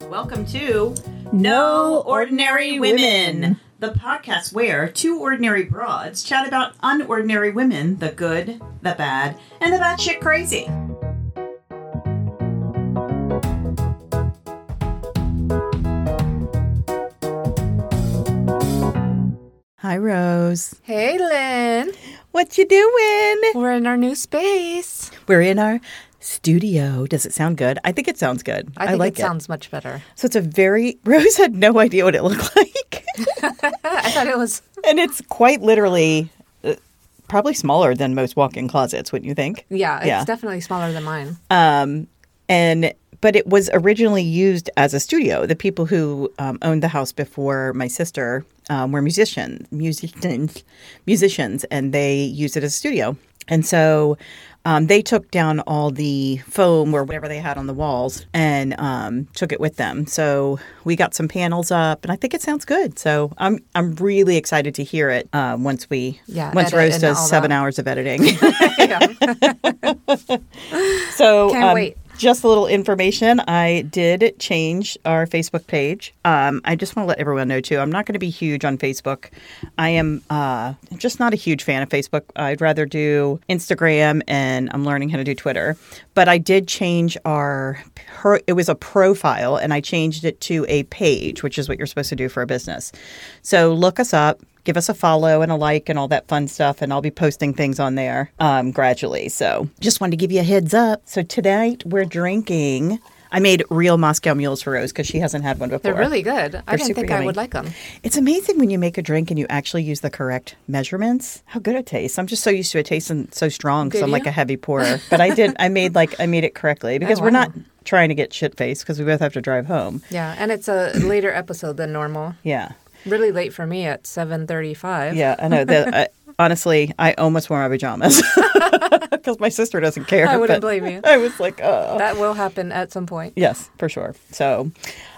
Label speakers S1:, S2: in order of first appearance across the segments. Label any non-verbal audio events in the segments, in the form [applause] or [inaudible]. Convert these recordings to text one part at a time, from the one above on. S1: to No Ordinary Women, the podcast where two ordinary broads chat about unordinary women, the good, the bad, and the batshit crazy.
S2: Hi, Rose.
S3: Hey, Lynn.
S2: What you doing?
S3: We're in our new space.
S2: We're in our studio. Does it sound good? I think it sounds good.
S3: I think
S2: like
S3: it sounds much better.
S2: So it's a very [laughs] Rose had no idea what it looked [laughs] like,
S3: Uh, I thought it was.
S2: and it's quite literally uh, probably smaller than most walk-in closets, wouldn't you think?
S3: Yeah, it's
S2: Yeah.
S3: definitely smaller
S2: [laughs]
S3: than mine.
S2: Um, and but it was originally used as a studio. The people who um, owned the house before my sister um, were musicians, musicians, musicians, and they used it as a studio. And so um, they took down all the foam or whatever they had on the walls and um, took it with them. So we got some panels up, and I think it sounds good. So I'm I'm really excited to hear it uh, once we
S3: Yeah,
S2: once
S3: edit
S2: Rose
S3: and
S2: does
S3: all
S2: seven
S3: that.
S2: hours of editing. [laughs]
S3: [laughs] Yeah.
S2: So,
S3: Can't
S2: um,
S3: wait.
S2: just a little information. I did change our Facebook page. Um, I just want to let everyone know too. I'm not going to be huge on Facebook. I am uh, just not a huge fan of Facebook. I'd rather do Instagram, and I'm learning how to do Twitter. But I did change our. Her, it was a profile, and I changed it to a page, which is what you're supposed to do for a business. So look us up. Give us a follow and a like and all that fun stuff, and I'll be posting things on there um, gradually. So, just wanted to give you a heads up. So tonight we're drinking. I made real Moscow mules for Rose because she hasn't had one before.
S3: They're really good. I didn't
S2: super
S3: think I
S2: yummy.
S3: would like them.
S2: It's amazing when you make a drink and you actually use the correct measurements. How good it tastes! I'm just so used to it tasting so strong because
S3: Did
S2: I'm like
S3: you? Oh,
S2: a heavy pourer. But I did. I made like I made it
S3: [laughs]
S2: correctly because we're
S3: wow.
S2: not trying to get shit faced because we both have to drive home.
S3: Yeah, and it's a later episode than normal.
S2: Yeah.
S3: Really late for me at 7:35.
S2: Yeah, I know. That, I, honestly, I almost wore my pajamas [laughs] because my sister doesn't care.
S3: I wouldn't
S2: but
S3: blame you.
S2: I was like, oh.
S3: That will happen at some point. [laughs]
S2: Yes, for sure. So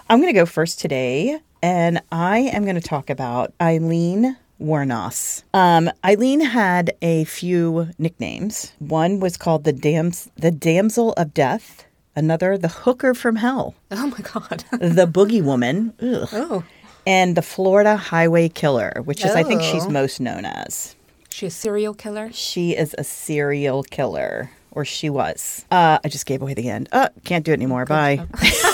S2: I'm going to go first today, and I am going to talk about Eileen Warnos. Um, Eileen had a few nicknames. One was called the dams- the damsel of death. Another, the hooker from hell,
S3: Oh my god. [laughs]
S2: the boogie woman, ugh,
S3: Oh,
S2: and the Florida highway killer, which is I think she's
S3: Oh.
S2: most known as.
S3: she's a serial killer.
S2: She is a serial killer, or she was. Uh, I just gave away the end. Uh, can't do it anymore. Bye.
S3: Well,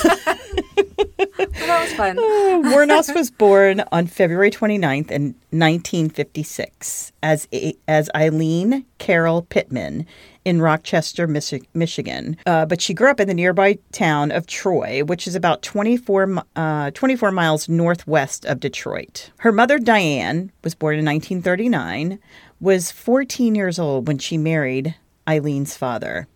S3: that
S2: [laughs]
S3: was fun.
S2: Warnos was born on February 29th in 1956 as a, as Eileen Carol Pittman in Rochester, Michi- Michigan. Uh, but she grew up in the nearby town of Troy, which is about 24, mi- uh, 24 miles northwest of Detroit. Her mother, Diane, was born in 1939, was 14 years old when she married Eileen's father.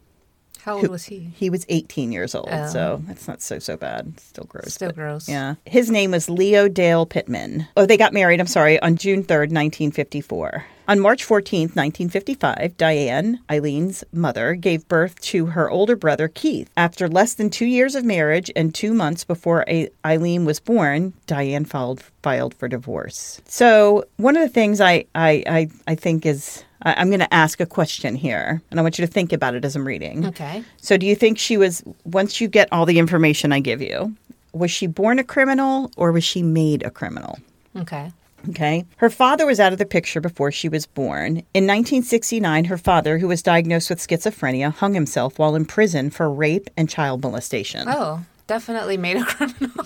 S3: How old was he?
S2: He was 18 years old,
S3: Oh.
S2: so that's not so, so bad. It's still gross.
S3: Still
S2: but-
S3: gross.
S2: yeah. His name was Leo Dale Pittman. Oh, they got married, I'm sorry, on June 3rd, 1954. On March 14th, 1955, Diane, Eileen's mother, gave birth to her older brother, Keith. After less than two years of marriage and two months before A- Eileen was born, Diane filed, filed for divorce. So, one of the things I, I, I, I think is I- I'm going to ask a question here, and I want you to think about it as I'm reading.
S3: Okay.
S2: So, do you think she was, once you get all the information I give you, was she born a criminal or was she made a criminal?
S3: Okay.
S2: Okay. Her father was out of the picture before she was born. In 1969, her father, who was diagnosed with schizophrenia, hung himself while in prison for rape and child molestation.
S3: Oh, definitely made a criminal. [laughs]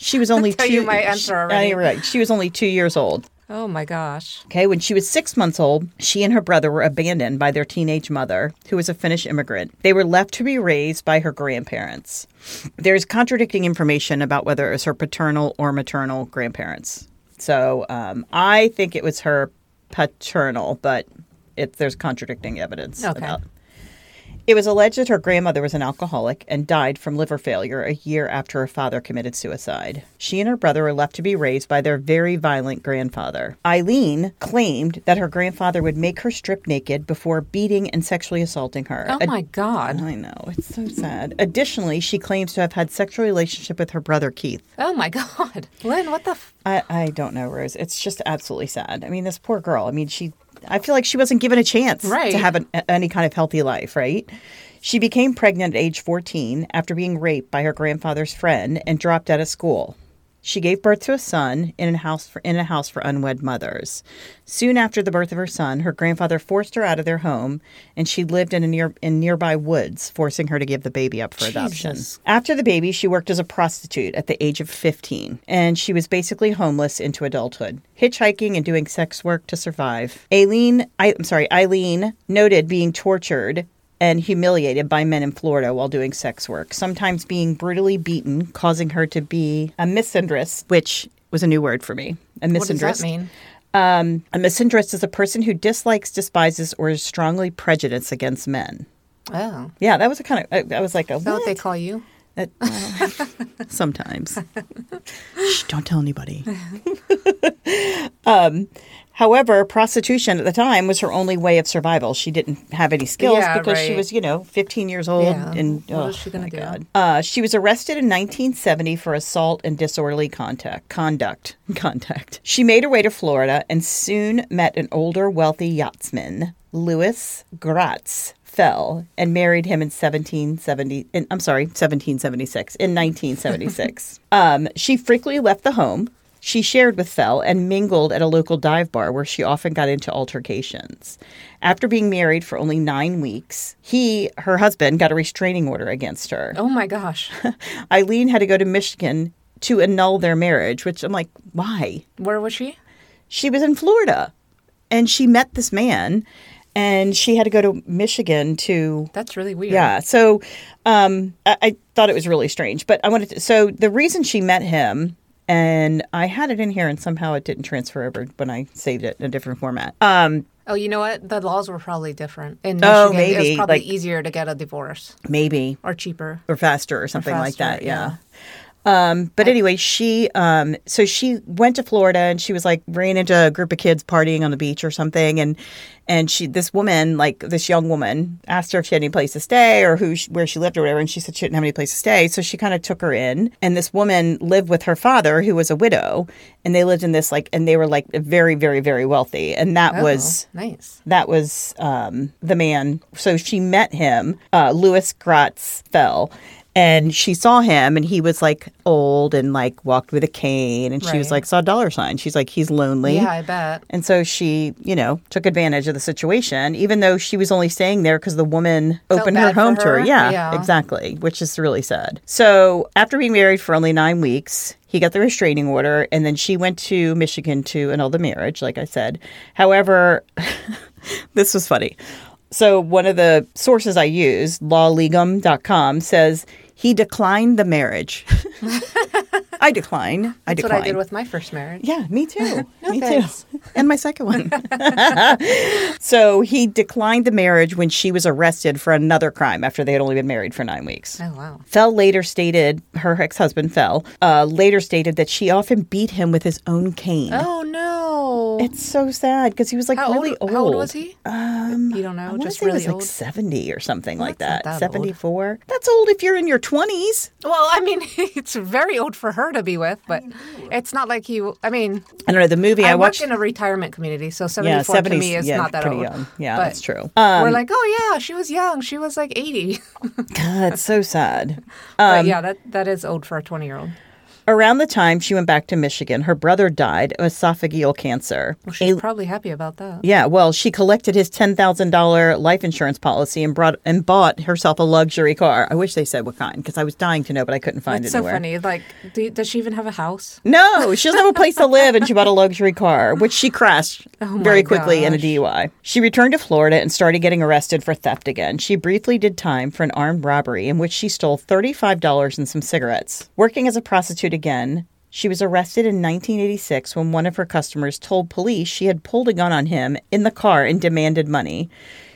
S2: She was only
S3: Tell
S2: two.
S3: you my answer
S2: I-
S3: already.
S2: right. She was only two years old.
S3: Oh my gosh.
S2: Okay, when she was six months old, she and her brother were abandoned by their teenage mother, who was a Finnish immigrant. They were left to be raised by her grandparents. There's contradicting information about whether it was her paternal or maternal grandparents. So um, I think it was her paternal, but it, there's contradicting evidence
S3: Okay.
S2: about. It was alleged that her grandmother was an alcoholic and died from liver failure a year after her father committed suicide. She and her brother were left to be raised by their very violent grandfather. Eileen claimed that her grandfather would make her strip naked before beating and sexually assaulting her.
S3: Oh
S2: A-
S3: my god.
S2: I know, it's so sad. Additionally, she claims to have had sexual relationship with her brother Keith.
S3: Oh my god. Lynn, what the f-
S2: I, I don't know, Rose. It's just absolutely sad. I mean, this poor girl. I mean, she. I feel like she wasn't given a chance
S3: Right.
S2: to have an, a- any kind of healthy life, right? She became pregnant at age 14 after being raped by her grandfather's friend and dropped out of school. She gave birth to a son in a house for, in a house for unwed mothers. Soon after the birth of her son, her grandfather forced her out of their home, and she lived in a near in nearby woods, forcing her to give the baby up for adoption.
S3: Jesus.
S2: After the baby, she worked as a prostitute at the age of 15, and she was basically homeless into adulthood, hitchhiking and doing sex work to survive. Aileen, I, I'm sorry, Eileen noted being tortured and humiliated by men in Florida while doing sex work, sometimes being brutally beaten, causing her to be a misandrist, which was a new word for me. A misandrist. Um,
S3: What does that mean?
S2: A misandrist is a person who dislikes, despises, or is strongly prejudiced against men.
S3: Oh.
S2: Yeah, that was a kind of. I, I was like, a
S3: Is that what
S2: what?
S3: they call you? [laughs]
S2: That- sometimes. Shh, don't tell
S3: [laughs]
S2: anybody. um, however, prostitution at the time was her only way of survival. She didn't have any skills
S3: Yeah,
S2: because she
S3: right.
S2: was, you know, 15 years old.
S3: Yeah.
S2: And
S3: What was
S2: oh,
S3: she gonna
S2: my
S3: do?
S2: God. Uh, she was arrested in 1970 for assault and disorderly contact, conduct. [laughs] Contact. She made her way to Florida and soon met an older, wealthy yachtsman, Louis Gratz. Fell and married him in 1770. In, I'm sorry, 1776. In 1976, um, she frequently left the home. She shared with Fell and mingled at a local dive bar where she often got into altercations. After being married for only nine weeks, he, her husband, got a restraining order against her.
S3: Oh my gosh. [laughs]
S2: [laughs] Eileen had to go to Michigan to annul their marriage, which I'm like, why?
S3: Where was she?
S2: She was in Florida and she met this man and she had to go to Michigan to.
S3: That's really weird.
S2: Yeah. So um, I, I thought it was really strange. But I wanted to. So the reason she met him, and I had it in here and somehow it didn't transfer over when I saved it in a different format. Um,
S3: Oh, you know what? The laws were probably different in Michigan.
S2: Oh,
S3: It
S2: maybe,
S3: was probably
S2: like-
S3: easier to get a divorce
S2: maybe.
S3: or cheaper.
S2: or faster or something like
S3: faster,
S2: that. Yeah. Um, but anyway, she um, so she went to Florida and she was like ran into a group of kids partying on the beach or something, and and she this woman like this young woman asked her if she had any place to stay or who she, where she lived or whatever, and she said she didn't have any place to stay, so she kind of took her in, and this woman lived with her father who was a widow, and they lived in this like and they were like very very very wealthy, and that
S3: Oh,
S2: was
S3: nice.
S2: that was um, the man. So she met him, uh, Louis Gratz Fell, and she saw him, and he was like old and like walked with a cane, and she was
S3: Right.
S2: like saw a dollar sign. She's like he's lonely,
S3: Yeah, I bet.
S2: and so she, you know, took advantage of the situation, even though she was only staying there because the woman opened her
S3: bad for
S2: home to her.
S3: her.
S2: Yeah,
S3: Yeah.
S2: exactly, which is really sad. So after being married for only nine weeks, he got the restraining order, and then she went to Michigan to annul the marriage, like I said. However, [laughs] this was funny. So one of the sources I used, lawlegum.com, says he declined the marriage. [laughs] I decline. I
S3: That's
S2: decline.
S3: what I did with my
S2: [laughs]
S3: first marriage.
S2: Yeah, me too.
S3: [laughs]
S2: me
S3: thanks.
S2: too. And my second one. [laughs] so he declined the marriage when she was arrested for another crime after they had only been married for nine weeks.
S3: Oh wow.
S2: Fell later stated, her ex husband Fell, uh, later stated that she often beat him with his own cane.
S3: Oh no.
S2: It's so sad because he was like
S3: how
S2: really old.
S3: old, How old was he?
S2: Um,
S3: you don't
S2: I
S3: know.
S2: want to
S3: Just
S2: say
S3: really
S2: it was like
S3: old.
S2: 70 or something like
S3: that's not
S2: that.
S3: that old.
S2: 74. That's old if you're in your 20s.
S3: Well, I mean, [laughs] it's very old for her to be with, but it's not like he. I mean,
S2: I don't know. The movie I,
S3: I,
S2: watched.
S3: worked in a retirement community, so
S2: yeah,
S3: 74
S2: 70s.
S3: to me is
S2: yeah,
S3: not that
S2: pretty
S3: old.
S2: young. Yeah,
S3: But
S2: that's true. Um,
S3: we're like, oh yeah, she was young. She was like 80.
S2: God, it's so sad.
S3: [laughs]
S2: Um,
S3: but yeah, that that is old for a 20 year old.
S2: Around the time she went back to Michigan, her brother died of esophageal cancer.
S3: Well, she's
S2: A-
S3: probably happy about that.
S2: yeah, well, she collected his ten thousand dollar life insurance policy and brought and bought herself a luxury car. I wish they said what kind because I was dying to know, but I couldn't find
S3: It's
S2: it
S3: so
S2: anywhere.
S3: funny. Like, do, does she even have
S2: [laughs]
S3: a house?
S2: No, she doesn't have a place to live, and she bought a luxury car, which she crashed
S3: Oh my
S2: very quickly in a
S3: gosh.
S2: DUI. She returned to Florida and started getting arrested for theft again. She briefly did time for an armed robbery in which she stole $35 and some cigarettes. Working as a prostitute again, she was arrested in 1986 when one of her customers told police she had pulled a gun on him in the car and demanded money.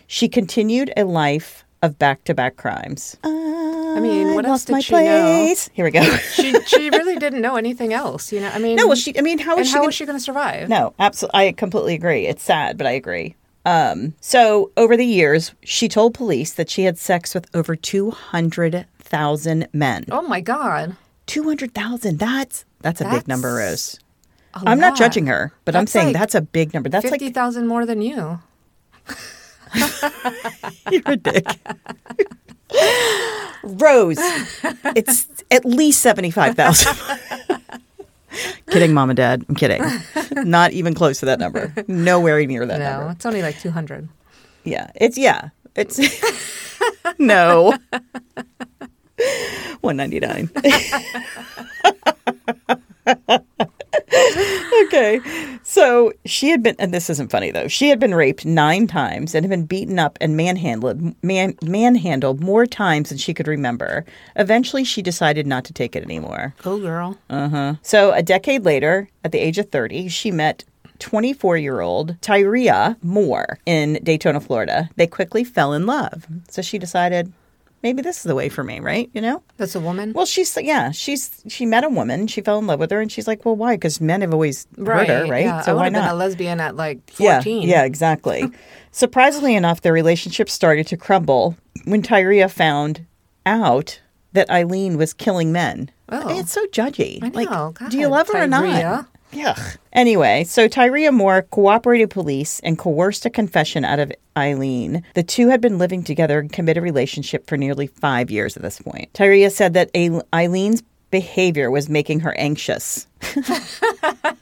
S2: She continued a life of back to back crimes. I
S3: mean, what else
S2: lost my
S3: did she know?
S2: place. Here we go. [laughs]
S3: She she really didn't know anything else. You know, I mean,
S2: No, well, she. I mean, how
S3: and
S2: is she?
S3: how
S2: gonna-
S3: was she going to survive?
S2: no, absolutely. I completely agree. It's sad, but I agree. Um, so over the years, she told police that she had sex with over 200,000 men.
S3: Oh my God.
S2: 200,000. That's that's a big number, Rose.
S3: That's
S2: I'm not judging her, but I'm
S3: That's
S2: saying
S3: like
S2: that's a big number. That's [laughs]
S3: Fifty
S2: like
S3: thousand more than you. [laughs]
S2: you're a dick. Rose, it's at least 75,000. [laughs] kidding, mom and dad. I'm kidding. Not even close to that
S3: [laughs]
S2: number. Nowhere near that
S3: No,
S2: number.
S3: it's only like 200.
S2: Yeah. It's, yeah. It's, [laughs] no. 199. okay. So she had been, and this isn't funny though. She had been raped nine times and had been beaten up and manhandled, man, manhandled more times than she could remember. Eventually, she decided not to take it anymore.
S3: Go girl.
S2: Uh, So a decade later, at the age of 30, she met 24 year old Tyria Moore in Daytona, Florida. They quickly fell in love. So she decided, maybe this is the way for me, right? You know?
S3: That's a woman.
S2: Well, she's yeah, she's she met a woman, she fell in love with her, and she's like, well, why? Because men have always hurt her, right?
S3: Yeah. I
S2: So
S3: would
S2: why
S3: have been a
S2: not?
S3: lesbian at like
S2: Yeah,
S3: 14.
S2: yeah,
S3: [laughs]
S2: exactly. Surprisingly enough, their relationship started to crumble when Tyria found out that Eileen was killing men.
S3: Oh.
S2: I mean, it's so judgy.
S3: I
S2: like,
S3: know.
S2: do you
S3: God,
S2: love her or not?
S3: Tyria.
S2: Yeah. Anyway, so Tyria Moore cooperated with police and coerced a confession out of Eileen. The two had been living together and committed relationship for nearly five years at this point. Tyria said that A- Eileen's behavior was making her anxious. [laughs]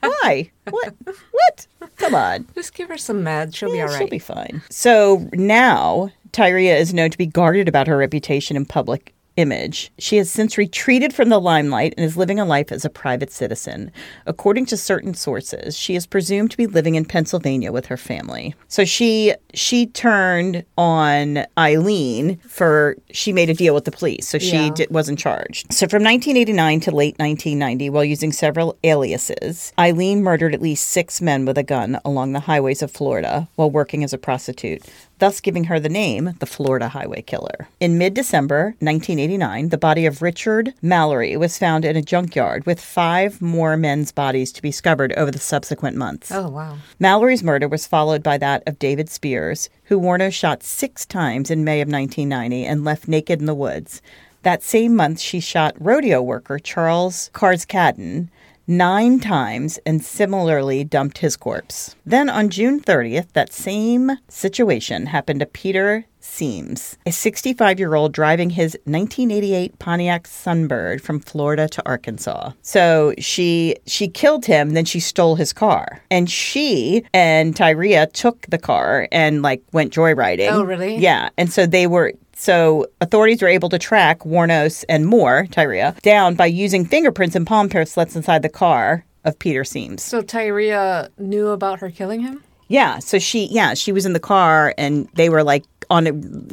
S2: Why? What? What? Come on.
S3: Just give her some meds. She'll be
S2: Yeah,
S3: all right.
S2: She'll be fine. So now Tyria is known to be guarded about her reputation and public image. She has since retreated from the limelight and is living a life as a private citizen. According to certain sources, she is presumed to be living in Pennsylvania with her family. So she she turned on Eileen for she made a deal with the police. So she
S3: Yeah.
S2: did wasn't charged. So from 1989 to late 1990, while using several aliases, Eileen murdered at least six men with a gun along the highways of Florida while working as a prostitute, thus giving her the name the Florida Highway Killer. In mid December 1989, the body of Richard Mallory was found in a junkyard with five more men's bodies to be discovered over the subsequent months.
S3: Oh, wow.
S2: Mallory's murder was followed by that of David Spears, who Warner shot six times in May of 1990 and left naked in the woods. That same month, she shot rodeo worker Charles Carscadden nine times and similarly dumped his corpse. Then on June 30th, that same situation happened to Peter Seams, a 65 year old driving his 1988 Pontiac Sunbird from Florida to Arkansas. So she she killed him, then she stole his car, and she and Tyria took the car and like went joyriding.
S3: Oh, really?
S2: Yeah, and so they were. So authorities were able to track Warnos and Moore, Tyria, down by using fingerprints and palm bracelets inside the car of Peter Seams.
S3: So Tyria knew about her killing him?
S2: Yeah, so she yeah, she was in the car and they were like on a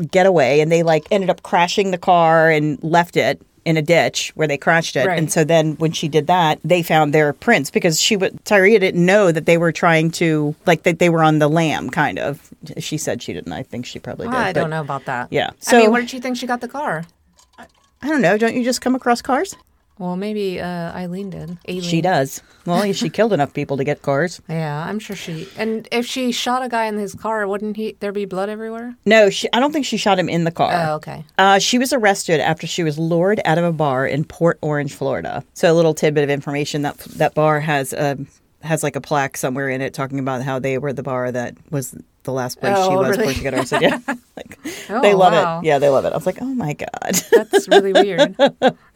S2: getaway and they like ended up crashing the car and left it in a ditch where they crashed it.
S3: Right.
S2: And so then when she did that, they found their prints because she would Tyria didn't know that they were trying to like that they were on the lam kind of. She said she didn't. I think she probably did.
S3: I
S2: but
S3: don't know about that.
S2: Yeah.
S3: I
S2: So-
S3: mean, where did she think she got the car?
S2: I don't know. Don't you just come across cars?
S3: Well, maybe uh, Eileen did. Aileen.
S2: She does. Well, she killed enough people to get cars.
S3: Yeah, I'm sure she. And if she shot a guy in his car, wouldn't he there be blood everywhere?
S2: No, she, I don't think she shot him in the car.
S3: Oh, okay.
S2: Uh, she was arrested after she was lured out of a bar in Port Orange, Florida. So a little tidbit of information that that bar has a has like a plaque somewhere in it talking about how they were the bar that was the last place she
S3: Oh,
S2: was before
S3: really?
S2: she got arrested.
S3: [laughs]
S2: Yeah, like
S3: Oh,
S2: they love
S3: wow.
S2: it. Yeah, they love it. I was like, oh my god.
S3: That's really weird.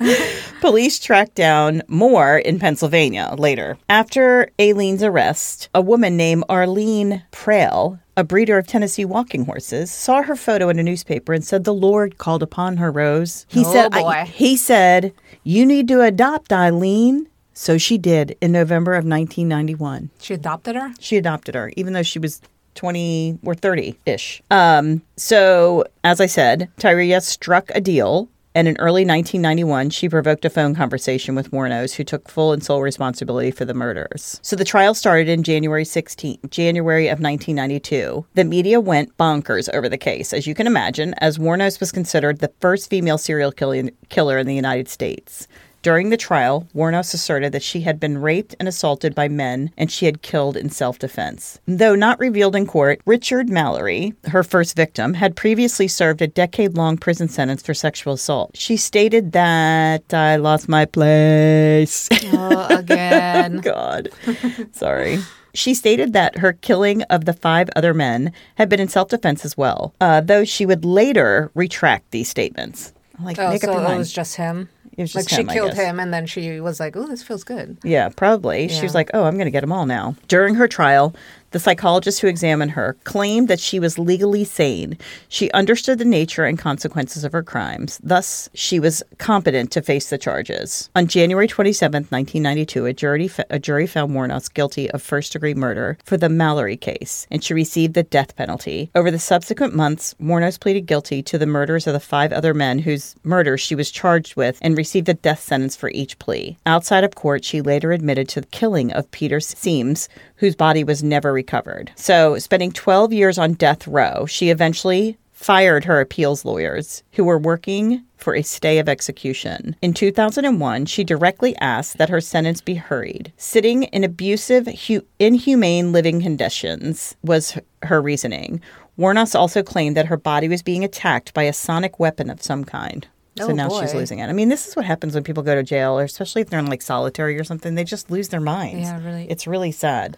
S2: [laughs] Police tracked down Moore in Pennsylvania later. After Aileen's arrest, a woman named Arlene Prale, a breeder of Tennessee walking horses, saw her photo in a newspaper and said the Lord called upon her, Rose. He
S3: Oh,
S2: said
S3: boy.
S2: he said, "You need to adopt Eileen." So she did in November of 1991.
S3: she
S2: [laughs]
S3: adopted her?
S2: She adopted her, even though she was 20 or 30 ish. Um, so, as I said, Tyria struck a deal. And in early 1991, she provoked a phone conversation with Warnos, who took full and sole responsibility for the murders. So the trial started in January 16, January of 1992. The media went bonkers over the case, as you can imagine, as Warnos was considered the first female serial killing- killer in the United States. During the trial, Warnos asserted that she had been raped and assaulted by men and she had killed in self defense. Though not revealed in court, Richard Mallory, her first victim, had previously served a decade long prison sentence for sexual assault. She stated that I lost my place. [laughs]
S3: Oh, again.
S2: God. [laughs] Sorry. She stated that her killing of the five other men had been in self defense as well, uh, though she would later retract these statements. I'm Like,
S3: Oh,
S2: make up
S3: so
S2: your mind.
S3: it was just him.
S2: It was just
S3: like
S2: him, I
S3: she killed
S2: guess.
S3: him, and then she was like, "Oh, this feels good."
S2: Yeah, probably. She was
S3: Yeah.
S2: like, oh, I'm going to get them all now. During her trial, the psychologist who examined her claimed that she was legally sane. She understood the nature and consequences of her crimes. Thus, she was competent to face the charges. On January 27th, 1992, a jury, a jury found Warnock guilty of first degree murder for the Mallory case, and she received the death penalty. Over the subsequent months, Mornos pleaded guilty to the murders of the five other men whose murders she was charged with and received a death sentence for each plea. Outside of court, she later admitted to the killing of Peter Seams, whose body was never recovered. So, spending 12 years on death row, she eventually fired her appeals lawyers who were working for a stay of execution. In 2001, she directly asked that her sentence be hurried. Sitting in abusive, hu- inhumane living conditions was h- her reasoning. Warnos also claimed that her body was being attacked by a sonic weapon of some kind. So
S3: Oh,
S2: now she's
S3: boy.
S2: losing it. I mean, this is what happens when people go to jail, or especially if they're in like solitary or something. They just lose their minds.
S3: Yeah, really.
S2: It's really sad.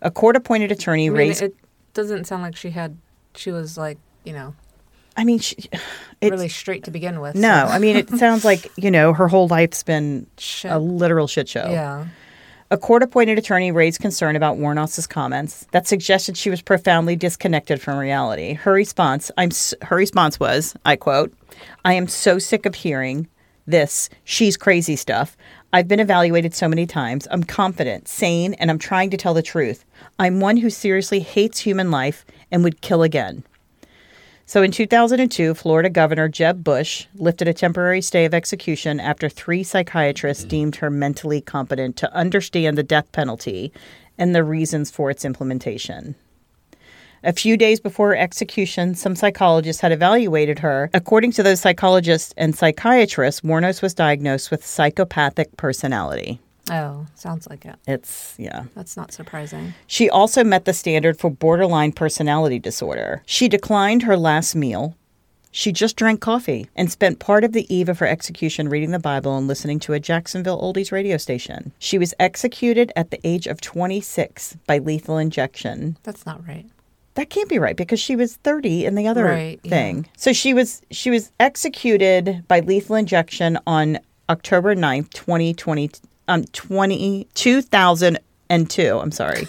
S2: A court-appointed attorney
S3: I mean,
S2: raised.
S3: it doesn't sound like she had. She was like, you know,
S2: I mean, she, it's
S3: really straight to begin with.
S2: No,
S3: so-
S2: I mean, it sounds like, you know, her whole life's been
S3: [laughs] Shit.
S2: a literal shit show.
S3: Yeah.
S2: A court appointed attorney raised concern about Warnoss's comments that suggested she was profoundly disconnected from reality. Her response, I'm s- her response was, I quote, I am so sick of hearing this she's crazy stuff. I've been evaluated so many times. I'm confident, sane, and I'm trying to tell the truth. I'm one who seriously hates human life and would kill again. So in 2002, Florida Governor Jeb Bush lifted a temporary stay of execution after three psychiatrists deemed her mentally competent to understand the death penalty and the reasons for its implementation. A few days before her execution, some psychologists had evaluated her. According to those psychologists and psychiatrists, Warnos was diagnosed with psychopathic personality.
S3: Oh, sounds like it.
S2: It's, yeah.
S3: That's not surprising.
S2: She also met the standard for borderline personality disorder. She declined her last meal. She just drank coffee and spent part of the eve of her execution reading the Bible and listening to a Jacksonville oldies radio station. She was executed at the age of 26 by lethal injection
S3: That's not right.
S2: that can't be right because she was 30 in the other
S3: Right, yeah.
S2: thing. So she was she was executed by lethal injection on October 9th, 2020 um 20 2002. I'm
S3: [laughs]
S2: sorry.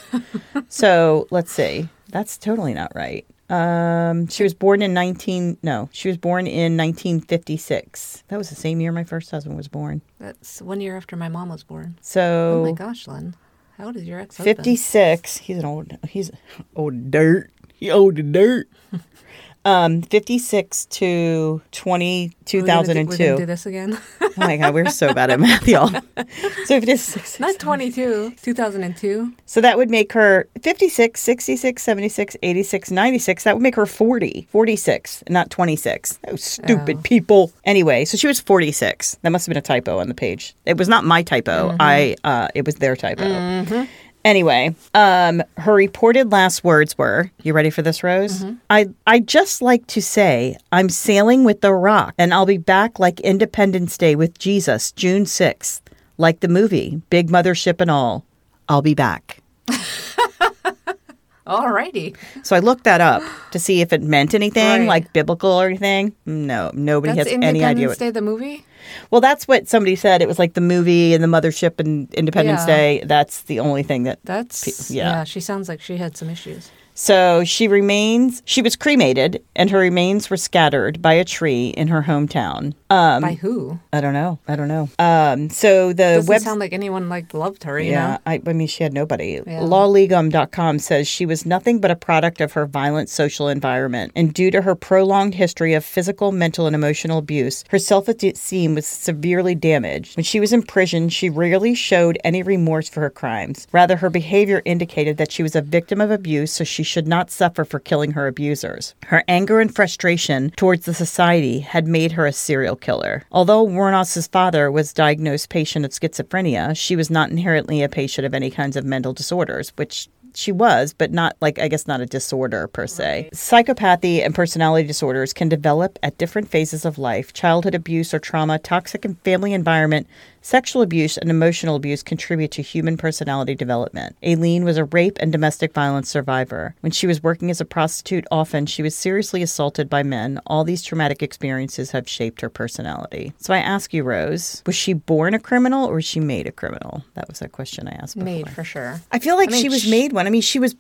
S2: so, let's see. That's totally not right. Um she was born in 19 no, she was born in 1956. That was the same year my first husband was born.
S3: That's one year after my mom was born. Oh, my
S2: So
S3: gosh, Lynn. How old is your ex
S2: 56 he's an old he's old dirt he old
S3: [laughs]
S2: dirt um 56 to 20
S3: We're Oh, gonna do
S2: 2002 [laughs]
S3: this again.
S2: oh my god we're so bad at
S3: [laughs]
S2: math y'all so 56
S3: Not 22, 2002.
S2: so that would make her 56 66 76 86 96 that would make her 40 46 not 26 those stupid
S3: Oh.
S2: people anyway so she was 46 that must have been a typo on the page it was not my typo
S3: Mm-hmm.
S2: i uh it was their typo Anyway, um, her reported last words were, "You ready for this, Rose?
S3: Mm-hmm.
S2: I I just like to say I'm sailing with the rock, and I'll be back like Independence Day with Jesus, June sixth, like the movie, big mothership and all. I'll be back."
S3: Alrighty.
S2: So I looked that
S3: [gasps]
S2: up to see if it meant anything,
S3: Right.
S2: like biblical or anything. No, nobody
S3: That's
S2: has any idea.
S3: Independence
S2: What,
S3: Day, the movie?
S2: well, that's what somebody said. It was like the movie and the mothership and Independence
S3: Yeah.
S2: Day. That's the only thing that
S3: That's,
S2: yeah.
S3: yeah. she sounds like she had some issues.
S2: So she remains, she was cremated, and her remains were scattered by a tree in her hometown. Um,
S3: By who?
S2: I don't know. I don't know. Um, so the
S3: Doesn't
S2: web.
S3: sound like anyone like loved her, you
S2: yeah,
S3: know?
S2: I, I mean, she had nobody.
S3: Yeah.
S2: Lawlegum.com says she was nothing but a product of her violent social environment. And due to her prolonged history of physical, mental, and emotional abuse, her self esteem was severely damaged. When she was in prison, she rarely showed any remorse for her crimes. Rather, her behavior indicated that she was a victim of abuse, so she should not suffer for killing her abusers. Her anger and frustration towards the society had made her a serial killer. Although Warnoss's father was diagnosed patient of schizophrenia, she was not inherently a patient of any kinds of mental disorders, which she was, but not like, I guess, not a disorder per se. Psychopathy and personality disorders can develop at different phases of life. Childhood abuse or trauma, toxic and family environment, Sexual abuse and emotional abuse contribute to human personality development. Aileen was a rape and domestic violence survivor. When she was working as a prostitute, often she was seriously assaulted by men. All these traumatic experiences have shaped her personality. So I ask you, Rose, was she born a criminal or was she made a criminal? That was that question I asked before.
S3: Made for sure.
S2: I feel like
S3: mean,
S2: she was
S3: sh-
S2: made one. I mean, she was.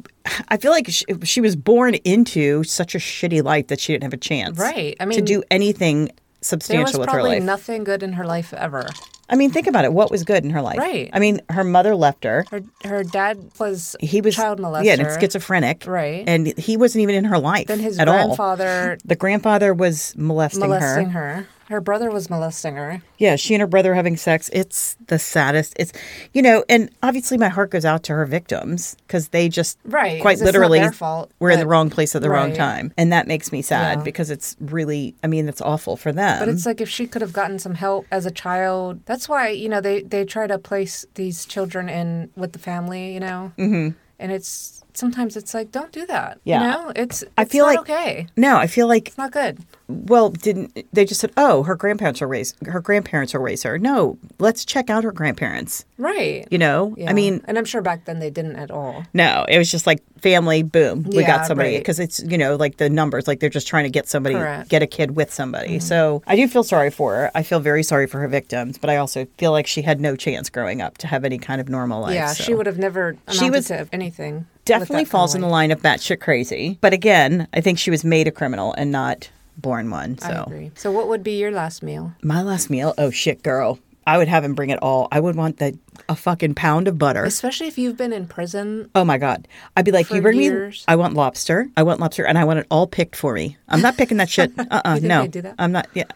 S2: I feel like she, she was born into such a shitty life that she didn't have a chance,
S3: Right. I
S2: to
S3: mean,
S2: do anything
S3: There was
S2: substantial with her
S3: probably
S2: life.
S3: nothing good in her life ever.
S2: I mean, think about it. What was good in her life?
S3: Right.
S2: I mean, her mother left her.
S3: Her her dad was
S2: He was
S3: child molester.
S2: Yeah, and schizophrenic.
S3: Right.
S2: And he wasn't even in her life.
S3: Then his
S2: at all.
S3: grandfather
S2: The grandfather was [laughs] molesting,
S3: molesting her. Her brother was molesting her.
S2: Yeah, she and her brother having sex. It's the saddest. It's, you know, and obviously my heart goes out to her victims because they just
S3: Right,
S2: quite
S3: 'cause it's not
S2: literally
S3: their fault,
S2: were in the
S3: but-
S2: wrong place at the wrong
S3: Right.
S2: time, and that makes me sad
S3: Yeah.
S2: because it's really. I mean, that's awful for them.
S3: But it's like if she could have gotten some help as a child. That's why you know they they try to place these children in with the family. You know, mm-hmm. and it's sometimes it's like don't do that.
S2: Yeah.
S3: you know, it's, it's
S2: I feel
S3: not
S2: like
S3: okay.
S2: No, I feel like
S3: It's not good.
S2: well, didn't they just said, "Oh, her grandparents will raise her grandparents will raise her." No, let's check out her grandparents.
S3: Right.
S2: You know, I mean,
S3: and I'm sure back then they didn't at all.
S2: No, it was just like family. Boom, we
S3: Yeah,
S2: got somebody
S3: right.
S2: because it's you know like the numbers, like they're just trying to get somebody,
S3: Correct. Mm-hmm.
S2: get a kid with somebody. So I do feel sorry for her. I feel very sorry for her victims, but I also feel like she had no chance growing up to have any kind of normal life.
S3: yeah,
S2: so.
S3: she would have never amounted
S2: was-
S3: to anything. with
S2: definitely
S3: that
S2: falls in
S3: kind
S2: the
S3: of
S2: line of batshit crazy. But again, I think she was made a criminal and not born one.
S3: life. I
S2: So
S3: agree. So what would be your last meal?
S2: my last meal, oh shit, girl, I would have him bring it all. I would want the a fucking pound of butter.
S3: Especially if you've been in prison.
S2: Oh my God. I'd be like,
S3: For
S2: you bring
S3: years.
S2: me, I want lobster. I want lobster and I want it all picked for me. I'm not picking that
S3: [laughs]
S2: shit. Uh uh
S3: You think
S2: no.
S3: they do that?
S2: I'm not, yeah.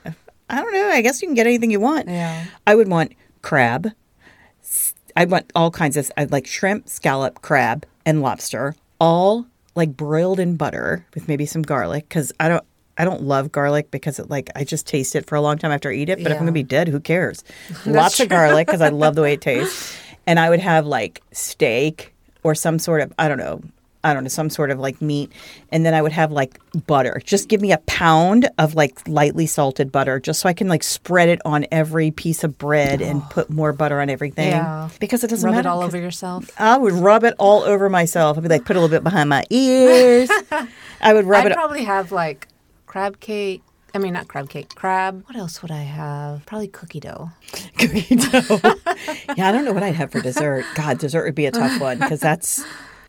S2: I don't know. I guess you can get anything you want.
S3: Yeah.
S2: I would want crab. S- I'd want all kinds of, I'd like shrimp, scallop, crab, and lobster, all like broiled in butter with maybe some garlic because I don't. I don't love garlic because it like I just taste it for a long time after I eat it. But if I'm
S3: Yeah.
S2: gonna be dead, who cares? Lots of garlic because I love the way it tastes. And I would have like steak or some sort of I don't know, I don't know, some sort of like meat. And then I would have like butter. Just give me a pound of like lightly salted butter, just so I can like spread it on every piece of bread and put more butter on everything.
S3: Yeah.
S2: Because it doesn't
S3: Rub
S2: matter.
S3: it all
S2: 'cause
S3: over yourself.
S2: I would rub it all over myself. I'd be like, put a little bit behind my
S3: [laughs]
S2: ears. I would rub
S3: I'd
S2: it. [laughs]
S3: probably have like crab cake. I mean, not crab cake, crab. What else would I have? Probably cookie dough.
S2: cookie dough.
S3: [laughs]
S2: yeah, I don't know what I'd have for dessert. God, dessert would be a tough one because that's.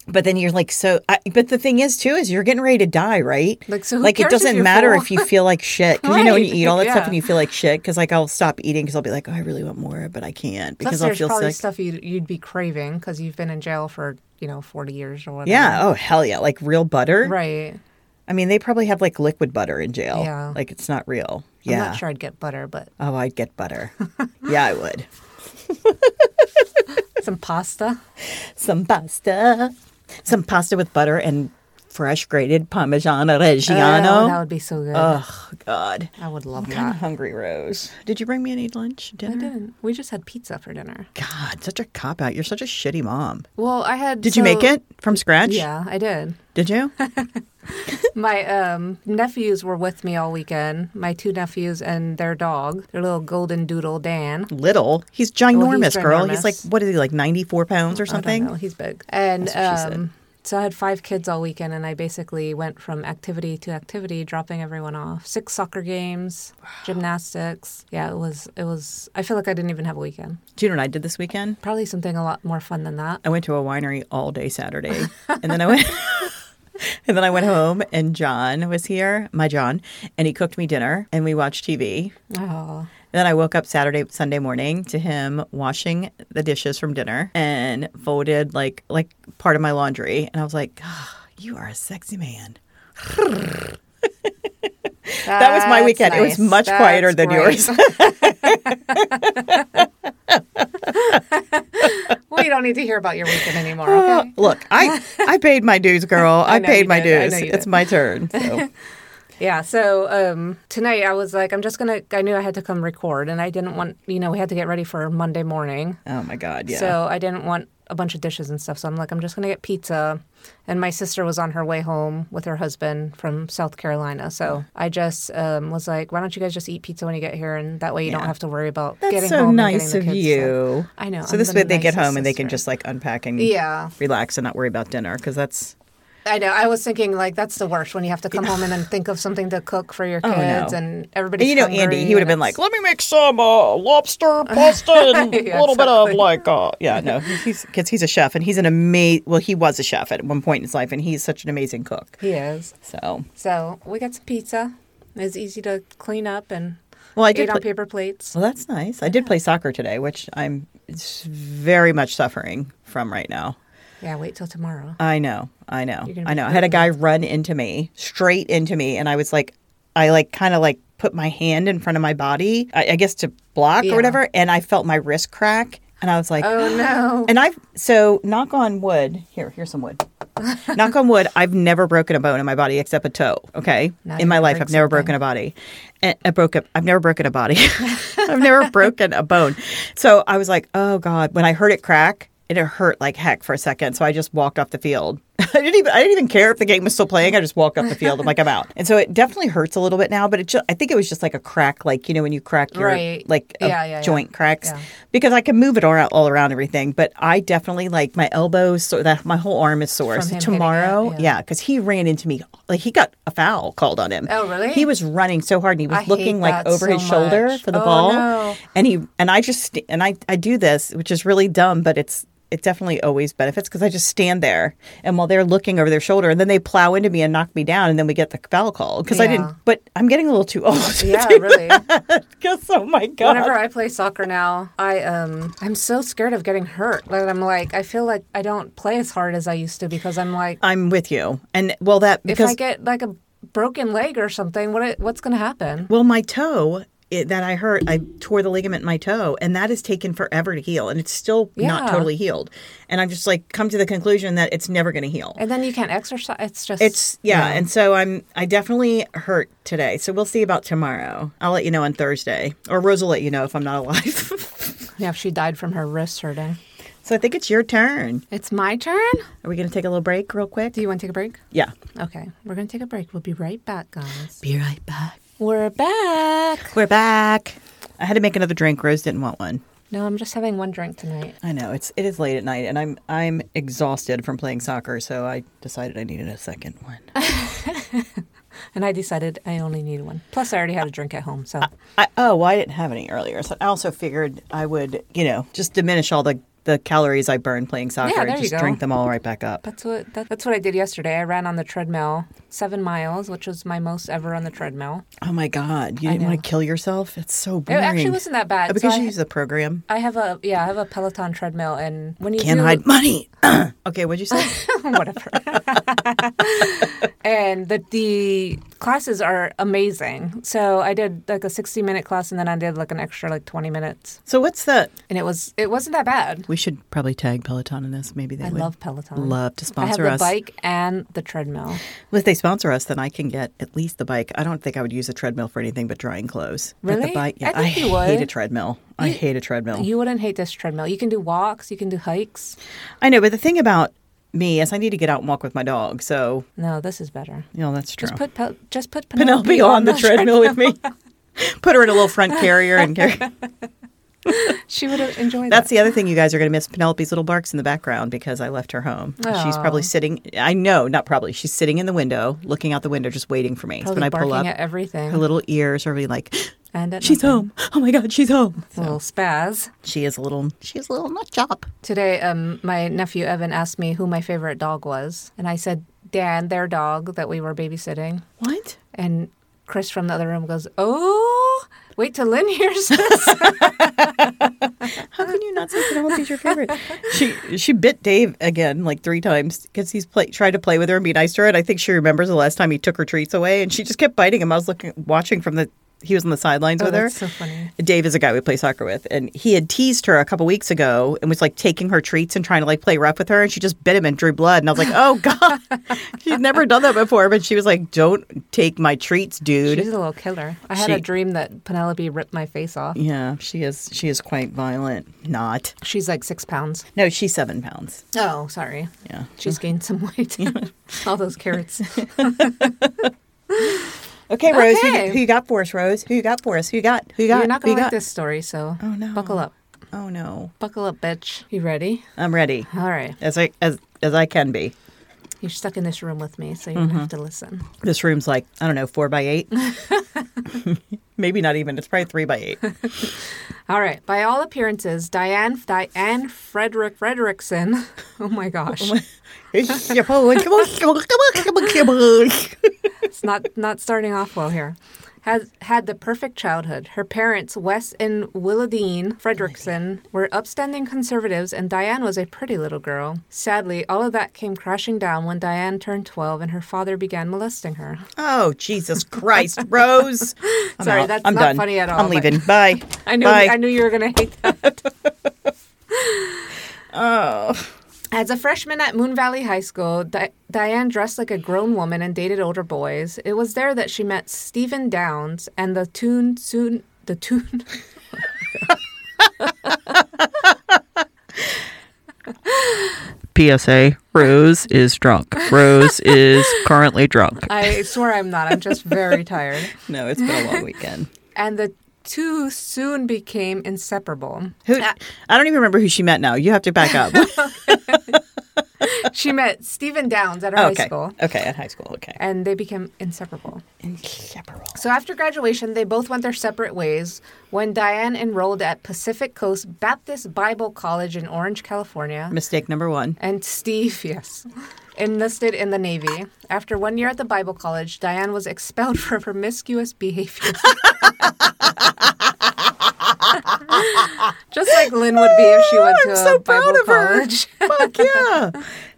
S2: But then you're like so. I, but the thing is, too, is you're getting ready to die, right?
S3: Like, so who
S2: like it
S3: cares if
S2: doesn't
S3: you're
S2: matter
S3: full?
S2: if you feel like shit because you know when you
S3: Right,
S2: eat all that stuff
S3: yeah.
S2: and you feel like shit because like I'll stop eating because I'll be like, oh, I really want more, but I can't
S3: Plus,
S2: because I'll
S3: there's
S2: feel
S3: probably
S2: sick.
S3: stuff you'd, you'd be craving because you've been in jail for, you know, 40 years or whatever.
S2: yeah. Oh hell yeah! Like real butter.
S3: Right.
S2: I mean, they probably have like liquid butter in jail.
S3: Yeah.
S2: Like it's not real. Yeah.
S3: I'm not sure I'd get butter, but
S2: Oh, I'd get
S3: [laughs]
S2: butter. yeah, I would.
S3: some
S2: [laughs]
S3: pasta.
S2: some pasta, some pasta with butter and fresh grated Parmigiano Reggiano.
S3: Oh, that would be so good.
S2: oh God,
S3: I would love
S2: kind of
S3: that.
S2: hungry, Rose. Did you bring me any lunch,
S3: I
S2: dinner?
S3: didn't. We just had pizza for dinner.
S2: God, such a cop out. You're such a shitty mom.
S3: Well, I had.
S2: Did you make
S3: so-
S2: it from scratch?
S3: Yeah, I did.
S2: Did
S3: [laughs]
S2: you?
S3: My um, nephews were with me all weekend. My two nephews and their dog, their little golden doodle Dan.
S2: Little. He's ginormous, girl.
S3: ginormous.
S2: He's like, what is he, like 94 pounds or
S3: I don't
S2: something?
S3: know. He's big. And
S2: That's what she said.
S3: um, so I had five kids all weekend, and I basically went from activity to activity, dropping everyone off. Six soccer games, gymnastics. Yeah, it was. It was. I feel like I didn't even have a weekend.
S2: June and I did this weekend.
S3: Probably something a lot more fun than that.
S2: I went to a winery all day Saturday, and then I went. [laughs] And then I went home, and John was here, my John, and he cooked me dinner, and we watched TV.
S3: Oh,
S2: And then I woke up Saturday, Sunday morning to him washing the dishes from dinner and folded like like part of my laundry. And I was like, "Ah, "You are a sexy man." That was my
S3: That's
S2: weekend. It was
S3: nice.
S2: much quieter
S3: That's
S2: than
S3: great.
S2: yours.
S3: [laughs] we don't need to hear about your weekend anymore.
S2: [laughs]
S3: Okay.
S2: Look, I I paid my dues, girl. I,
S3: know you
S2: paid my
S3: did. [laughs] I
S2: dues.
S3: know you
S2: It's
S3: did.
S2: my turn.
S3: [laughs]
S2: So.
S3: Yeah. So um, tonight I was like, I'm just gonna. I knew I had to come record, and I didn't want. You know, we had to get ready for Monday morning.
S2: Oh my God, yeah.
S3: So I didn't want a bunch of dishes and stuff. So I'm like, I'm just going to get pizza. And my sister was on her way home with her husband from South Carolina. So I just um, was like, why don't you guys just eat pizza when you get here? And that way you don't have to worry about
S2: That's
S3: getting
S2: so
S3: home. and
S2: nice
S3: getting
S2: of
S3: the kids stuff.
S2: you.
S3: I know,
S2: So
S3: I'm
S2: this
S3: the
S2: way they get
S3: nicest
S2: home and they can
S3: sister.
S2: just like unpack and
S3: Yeah.
S2: relax and not worry about dinner because that's
S3: I know. I was thinking like that's the worst when you have to come home and then think of something to cook for your
S2: Oh, no.
S3: kids and everybody's
S2: and you know
S3: hungry
S2: Andy he would have been
S3: and
S2: like
S3: it's-
S2: let me make some uh,
S3: [laughs]
S2: lobster pasta and a
S3: Yeah,
S2: little bit of
S3: exactly.
S2: like uh, yeah no he's because he's a chef and he's an amazing well he was a chef at one point in his life and he's such an amazing cook
S3: he is.
S2: so
S3: So we got some pizza. It's easy to clean up and
S2: well I
S3: eat
S2: did
S3: on
S2: pla-
S3: paper plates.
S2: well that's nice I did play soccer today which I'm s- very much suffering from right now
S3: Yeah, wait till
S2: [laughs]
S3: tomorrow.
S2: I know, I know,
S3: You're gonna
S2: I
S3: be
S2: know. I had a guy run into me, straight into me, and I was like, I like kind of like put my hand in front of my body, I, I guess to block
S3: Yeah.
S2: or whatever, and I felt my wrist crack, and I was like,
S3: Oh no.
S2: [gasps] and I've so knock on wood. Here, here's some wood. [laughs] knock on wood. I've never broken a bone in my body except a toe. Okay,
S3: Now
S2: in
S3: you're
S2: my
S3: gonna
S2: life,
S3: break
S2: I've never
S3: something.
S2: broken a body. And I broke up. I've never broken a body. [laughs] I've never broken a bone. So I was like, oh god. When I heard it crack, and it hurt like heck for a second. So I just walked off the field. [laughs] I didn't even. I didn't even care if the game was still playing. I just walked off the field. I'm like, I'm out. And so it definitely hurts a little bit now. But it. Just, I think it was just like a crack, like you know when you crack your
S3: Right.
S2: like a
S3: Yeah, yeah, yeah.
S2: joint cracks
S3: Yeah.
S2: because I can move it around, all around everything. But I definitely like my elbows, so that my whole arm is sore.
S3: From
S2: So
S3: him hitting
S2: tomorrow,
S3: it, yeah.
S2: yeah, because he ran into me, like he got a foul called on him.
S3: Oh, really?
S2: He was running so hard, and he was
S3: I hate
S2: looking like
S3: that
S2: over
S3: so
S2: his shoulder
S3: much.
S2: for the
S3: Oh,
S2: ball.
S3: no.
S2: And he and I just st- and I I do this, which is really dumb, but it's. It definitely always benefits because I just stand there and while they're looking over their shoulder, and then they plow into me and knock me down, and then we get the foul call because I
S3: Yeah.
S2: didn't. But I'm getting a little too old. [laughs] to
S3: Yeah,
S2: do
S3: really.
S2: that, 'cause, oh my god!
S3: Whenever I play soccer now, I um I'm so scared of getting hurt. Like I'm like I feel like I don't play as hard as I used to because I'm like
S2: I'm with you. And well, that
S3: if
S2: because
S3: I get like a broken leg or something, what what's going to happen?
S2: well, my toe it, that I hurt, I tore the ligament in my toe, and that has taken forever to heal, and it's still not
S3: Yeah.
S2: totally healed. And I'm just like come to the conclusion that it's never going to heal.
S3: And then you can't exercise. It's just
S2: It's yeah, and so I'm I definitely hurt today. So we'll see about tomorrow. I'll let you know on Thursday, or Rose will let you know if I'm not alive. [laughs]
S3: yeah, if she died from her wrist hurting.
S2: so I think it's your turn.
S3: It's my turn.
S2: Are we going to take a little break real quick?
S3: Do you want to take a break?
S2: yeah.
S3: Okay, we're gonna take a break. We'll be right back, guys.
S2: Be right back.
S3: We're back.
S2: We're back. I had to make another drink. Rose didn't want one.
S3: No, I'm just having one drink tonight.
S2: I know it's it is late at night, and I'm I'm exhausted from playing soccer, so I decided I needed a second one.
S3: And I decided I only need one. Plus, I already had a drink at home, so
S2: I, oh, well, I didn't have any earlier, so I also figured I would you know just diminish all the the calories I burn playing soccer
S3: there
S2: and
S3: you
S2: just
S3: go.
S2: drink them all right back up.
S3: that's what that, that's what I did yesterday. I ran on the treadmill seven miles, which was my most ever on the treadmill.
S2: Oh my god, you didn't
S3: know.
S2: want to kill yourself? It's so
S3: It
S2: boring.
S3: actually wasn't that bad.
S2: Oh, because
S3: so
S2: you
S3: I,
S2: use the program.
S3: I have a yeah, I have a Peloton treadmill, and when you
S2: Can't
S3: do,
S2: hide money. [coughs] okay, what'd you
S3: [laughs]
S2: say?
S3: whatever. and the the classes are amazing. So I did like a sixty minute class, and then I did like an extra like twenty minutes,
S2: so what's the?
S3: and it was it wasn't that bad.
S2: We should probably tag Peloton in this. Maybe they
S3: I
S2: would
S3: love Peloton.
S2: love to
S3: I have
S2: sponsor
S3: the
S2: us.
S3: bike and the treadmill.
S2: Well, if they sponsor us, then I can get at least the bike. I don't think I would use a treadmill for anything but drying clothes. But
S3: Really?
S2: the bike,
S3: I
S2: yeah, I,
S3: think you
S2: hate
S3: would.
S2: a treadmill. I hate a treadmill.
S3: You wouldn't hate this treadmill. You can do walks. You can do hikes.
S2: I know, but the thing about me is I need to get out and walk with my dog. So,
S3: No, this is better.
S2: you know, that's true.
S3: Just put Pel- just put
S2: Oh. Penelope, on, the, treadmill with me. [laughs] Put her in a little front carrier and carry.
S3: [laughs]
S2: [laughs]
S3: She would have enjoyed
S2: That's
S3: that.
S2: the other thing you guys are going to miss Penelope's little barks in the background because I left her home. She's probably
S3: Aw.
S2: sitting, I know, not probably, she's sitting in the window, looking out the window, just waiting for me. So
S3: Probably
S2: when I
S3: barking
S2: pull up,
S3: at everything.
S2: her little ears are really like, [gasps]
S3: and at
S2: she's
S3: nothing.
S2: home. Oh my God, she's home.
S3: A little spaz.
S2: She is a little. She is a little nut job.
S3: Today, um, my nephew Evan asked me who my favorite dog was, and I said Dan, their dog that we were babysitting.
S2: What?
S3: And Chris from the other room goes, "Oh, wait till Lynn
S2: [laughs]
S3: hears this."
S2: How can you not say Penelope's your favorite? [laughs] she she bit Dave again like three times because he's play, tried to play with her and be nice to her. And I think she remembers the last time he took her treats away, and she just kept biting him. I was looking watching from the he was on the sidelines
S3: Oh,
S2: with her.
S3: that's so funny.
S2: Dave is a guy we play soccer with, and he had teased her a couple weeks ago and was like taking her treats and trying to like play rough with her, and she just bit him and drew blood. And I was like, oh god, [laughs] she's never done that before. But she was like, don't take my treats, dude.
S3: She's a little killer. I had
S2: She-
S3: a dream that Penelope ripped my face off.
S2: yeah, she is. She is quite violent. Not.
S3: She's like six pounds.
S2: No, she's seven pounds.
S3: Oh, sorry.
S2: Yeah.
S3: She's gained some
S2: [laughs]
S3: weight. [laughs] All those carrots.
S2: Okay, Rose, who,
S3: Okay.
S2: who you got for us, Rose? Who you got for us? Who you got? Who you got?
S3: You're not
S2: Who
S3: gonna
S2: you
S3: like
S2: got?
S3: this story, so
S2: Oh, no.
S3: buckle up,
S2: Oh no,
S3: buckle up, bitch. You ready?
S2: I'm ready
S3: All right.
S2: as I as as I can be.
S3: You're stuck in this room with me, so you're gonna have to listen.
S2: This room's like I don't know, four by eight. [laughs] Maybe not even. It's probably three by eight. [laughs]
S3: All right. By all appearances, Diane Diane Frederick Frederickson. [laughs] Oh my [laughs] gosh,
S2: Come on, come on, come on, come on, come on.
S3: it's not not starting off well here. Has had the perfect childhood. Her parents, Wes and Willadine Frederickson, were upstanding conservatives, and Diane was a pretty little girl. Sadly, all of that came crashing down when Diane turned 12 and her father began molesting her.
S2: Oh Jesus Christ,
S3: [laughs]
S2: Rose! I'm
S3: Sorry,
S2: out.
S3: that's
S2: I'm
S3: not
S2: done.
S3: funny at all,
S2: I'm
S3: but-
S2: leaving. Bye.
S3: [laughs] I knew
S2: Bye.
S3: I knew you were gonna hate that.
S2: [laughs] Oh,
S3: As a freshman at Moon Valley High School, Di- Diane dressed like a grown woman and dated older boys. It was there that she met Stephen Downs and the tune soon the tune [laughs]
S2: PSA: Rose is drunk. [laughs] Rose is currently
S3: [laughs]
S2: drunk.
S3: I swear I'm not. I'm
S2: [laughs]
S3: just very tired.
S2: No, it's been a long weekend.
S3: And the two soon became inseparable. Uh,
S2: Who? I don't even remember who she met. Now you have to back
S3: [laughs]
S2: up.
S3: She met Stephen Downs at her high
S2: Oh, okay.
S3: school,
S2: Okay, at high school. Okay.
S3: and they became inseparable.
S2: Inseparable.
S3: So after graduation, they both went their separate ways. When Diane enrolled at Pacific Coast Baptist Bible College in Orange, California,
S2: Mistake number
S3: [laughs]
S2: one.
S3: And Steve, yes, enlisted in the Navy. After one year at the Bible College, Diane was expelled [laughs] for
S2: [laughs]
S3: promiscuous behavior. Just like Lynn would be if she went to
S2: I'm
S3: a
S2: so
S3: Bible
S2: proud of her.
S3: college.
S2: Fuck yeah!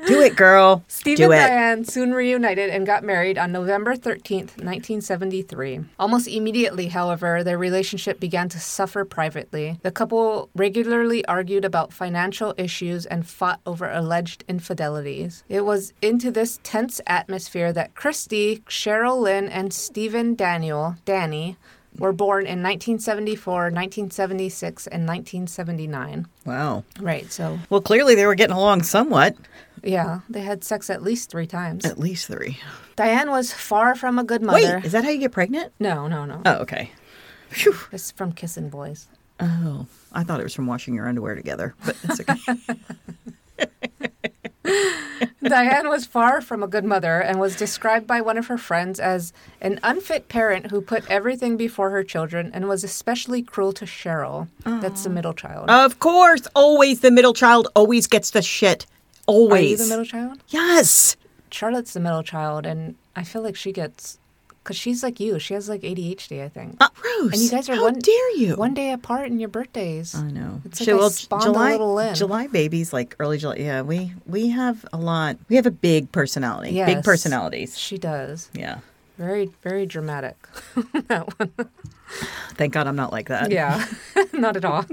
S2: Do it, girl.
S3: Steve
S2: Do
S3: and
S2: it.
S3: Diane soon reunited and got married on November 13th, 1973. Almost immediately, however, their relationship began to suffer privately. The couple regularly argued about financial issues and fought over alleged infidelities. It was into this tense atmosphere that Christy, Cheryl Lynn, and Stephen Daniel, Danny, were born in 1974, 1976, and 1979.
S2: Wow.
S3: Right, so
S2: Well, clearly they were getting along somewhat.
S3: yeah, they had sex at least three times.
S2: At least three.
S3: Diane was far from a good
S2: Wait,
S3: mother.
S2: is that how you get pregnant?
S3: No, no, no.
S2: Oh, okay.
S3: It's from kissing boys.
S2: Oh, I thought it was from washing your underwear together, but it's
S3: [laughs]
S2: okay.
S3: [laughs] Diane was far from a good mother and was described by one of her friends as an unfit parent who put everything before her children and was especially cruel to Cheryl. That's the middle child.
S2: of course, always the middle child always gets the shit.
S3: Are you
S2: Always.
S3: the middle child?
S2: yes.
S3: Charlotte's the middle child, and I feel like she gets, because she's like you. She has like ADHD, I think.
S2: Uh, Rose.
S3: and you guys are
S2: how
S3: one,
S2: dare you?
S3: one day apart in your birthdays.
S2: I know.
S3: It's
S2: Shit,
S3: like I
S2: well,
S3: spawned
S2: July,
S3: a little in.
S2: July babies, like early July. Yeah, we we have a lot. We have a big personality. Big
S3: Yes.
S2: personalities.
S3: She does.
S2: Yeah.
S3: Very, very dramatic. [laughs] that one.
S2: Thank God I'm not like that.
S3: Yeah, [laughs] not at all.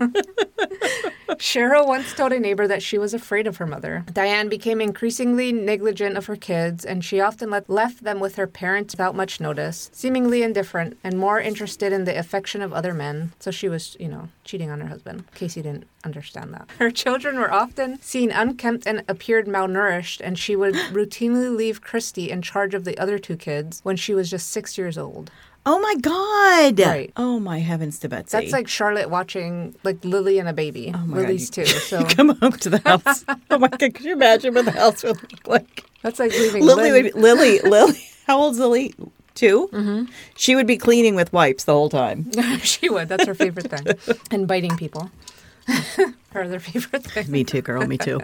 S3: Cheryl once told a neighbor that she was afraid of her mother. Diane became increasingly negligent of her kids, and she often let, left them with her parents without much notice, seemingly indifferent and more interested in the affection of other men. So she was, you know, cheating on her husband, in case you didn't understand that. Her children were often seen unkempt and appeared malnourished, and she would routinely leave Christy in charge of the other two kids when she was just six years old.
S2: Oh my God.
S3: Right.
S2: Oh my heavens to Betsy.
S3: That's like Charlotte watching like Lily and a baby.
S2: Oh my God,
S3: Lily's
S2: you- [laughs]
S3: too. So
S2: [laughs] come home to the house. Oh my god, could you imagine what the house would look like?
S3: that's like leaving
S2: Lily
S3: Lynn.
S2: would Lily Lily. [laughs] How old's Lily? 2 Mm-hmm. She would be cleaning with wipes the whole time.
S3: [laughs] she would. That's her favorite thing.
S2: [laughs]
S3: And biting people. [laughs] her other favorite thing.
S2: Me too, girl. Me
S3: [laughs]
S2: too.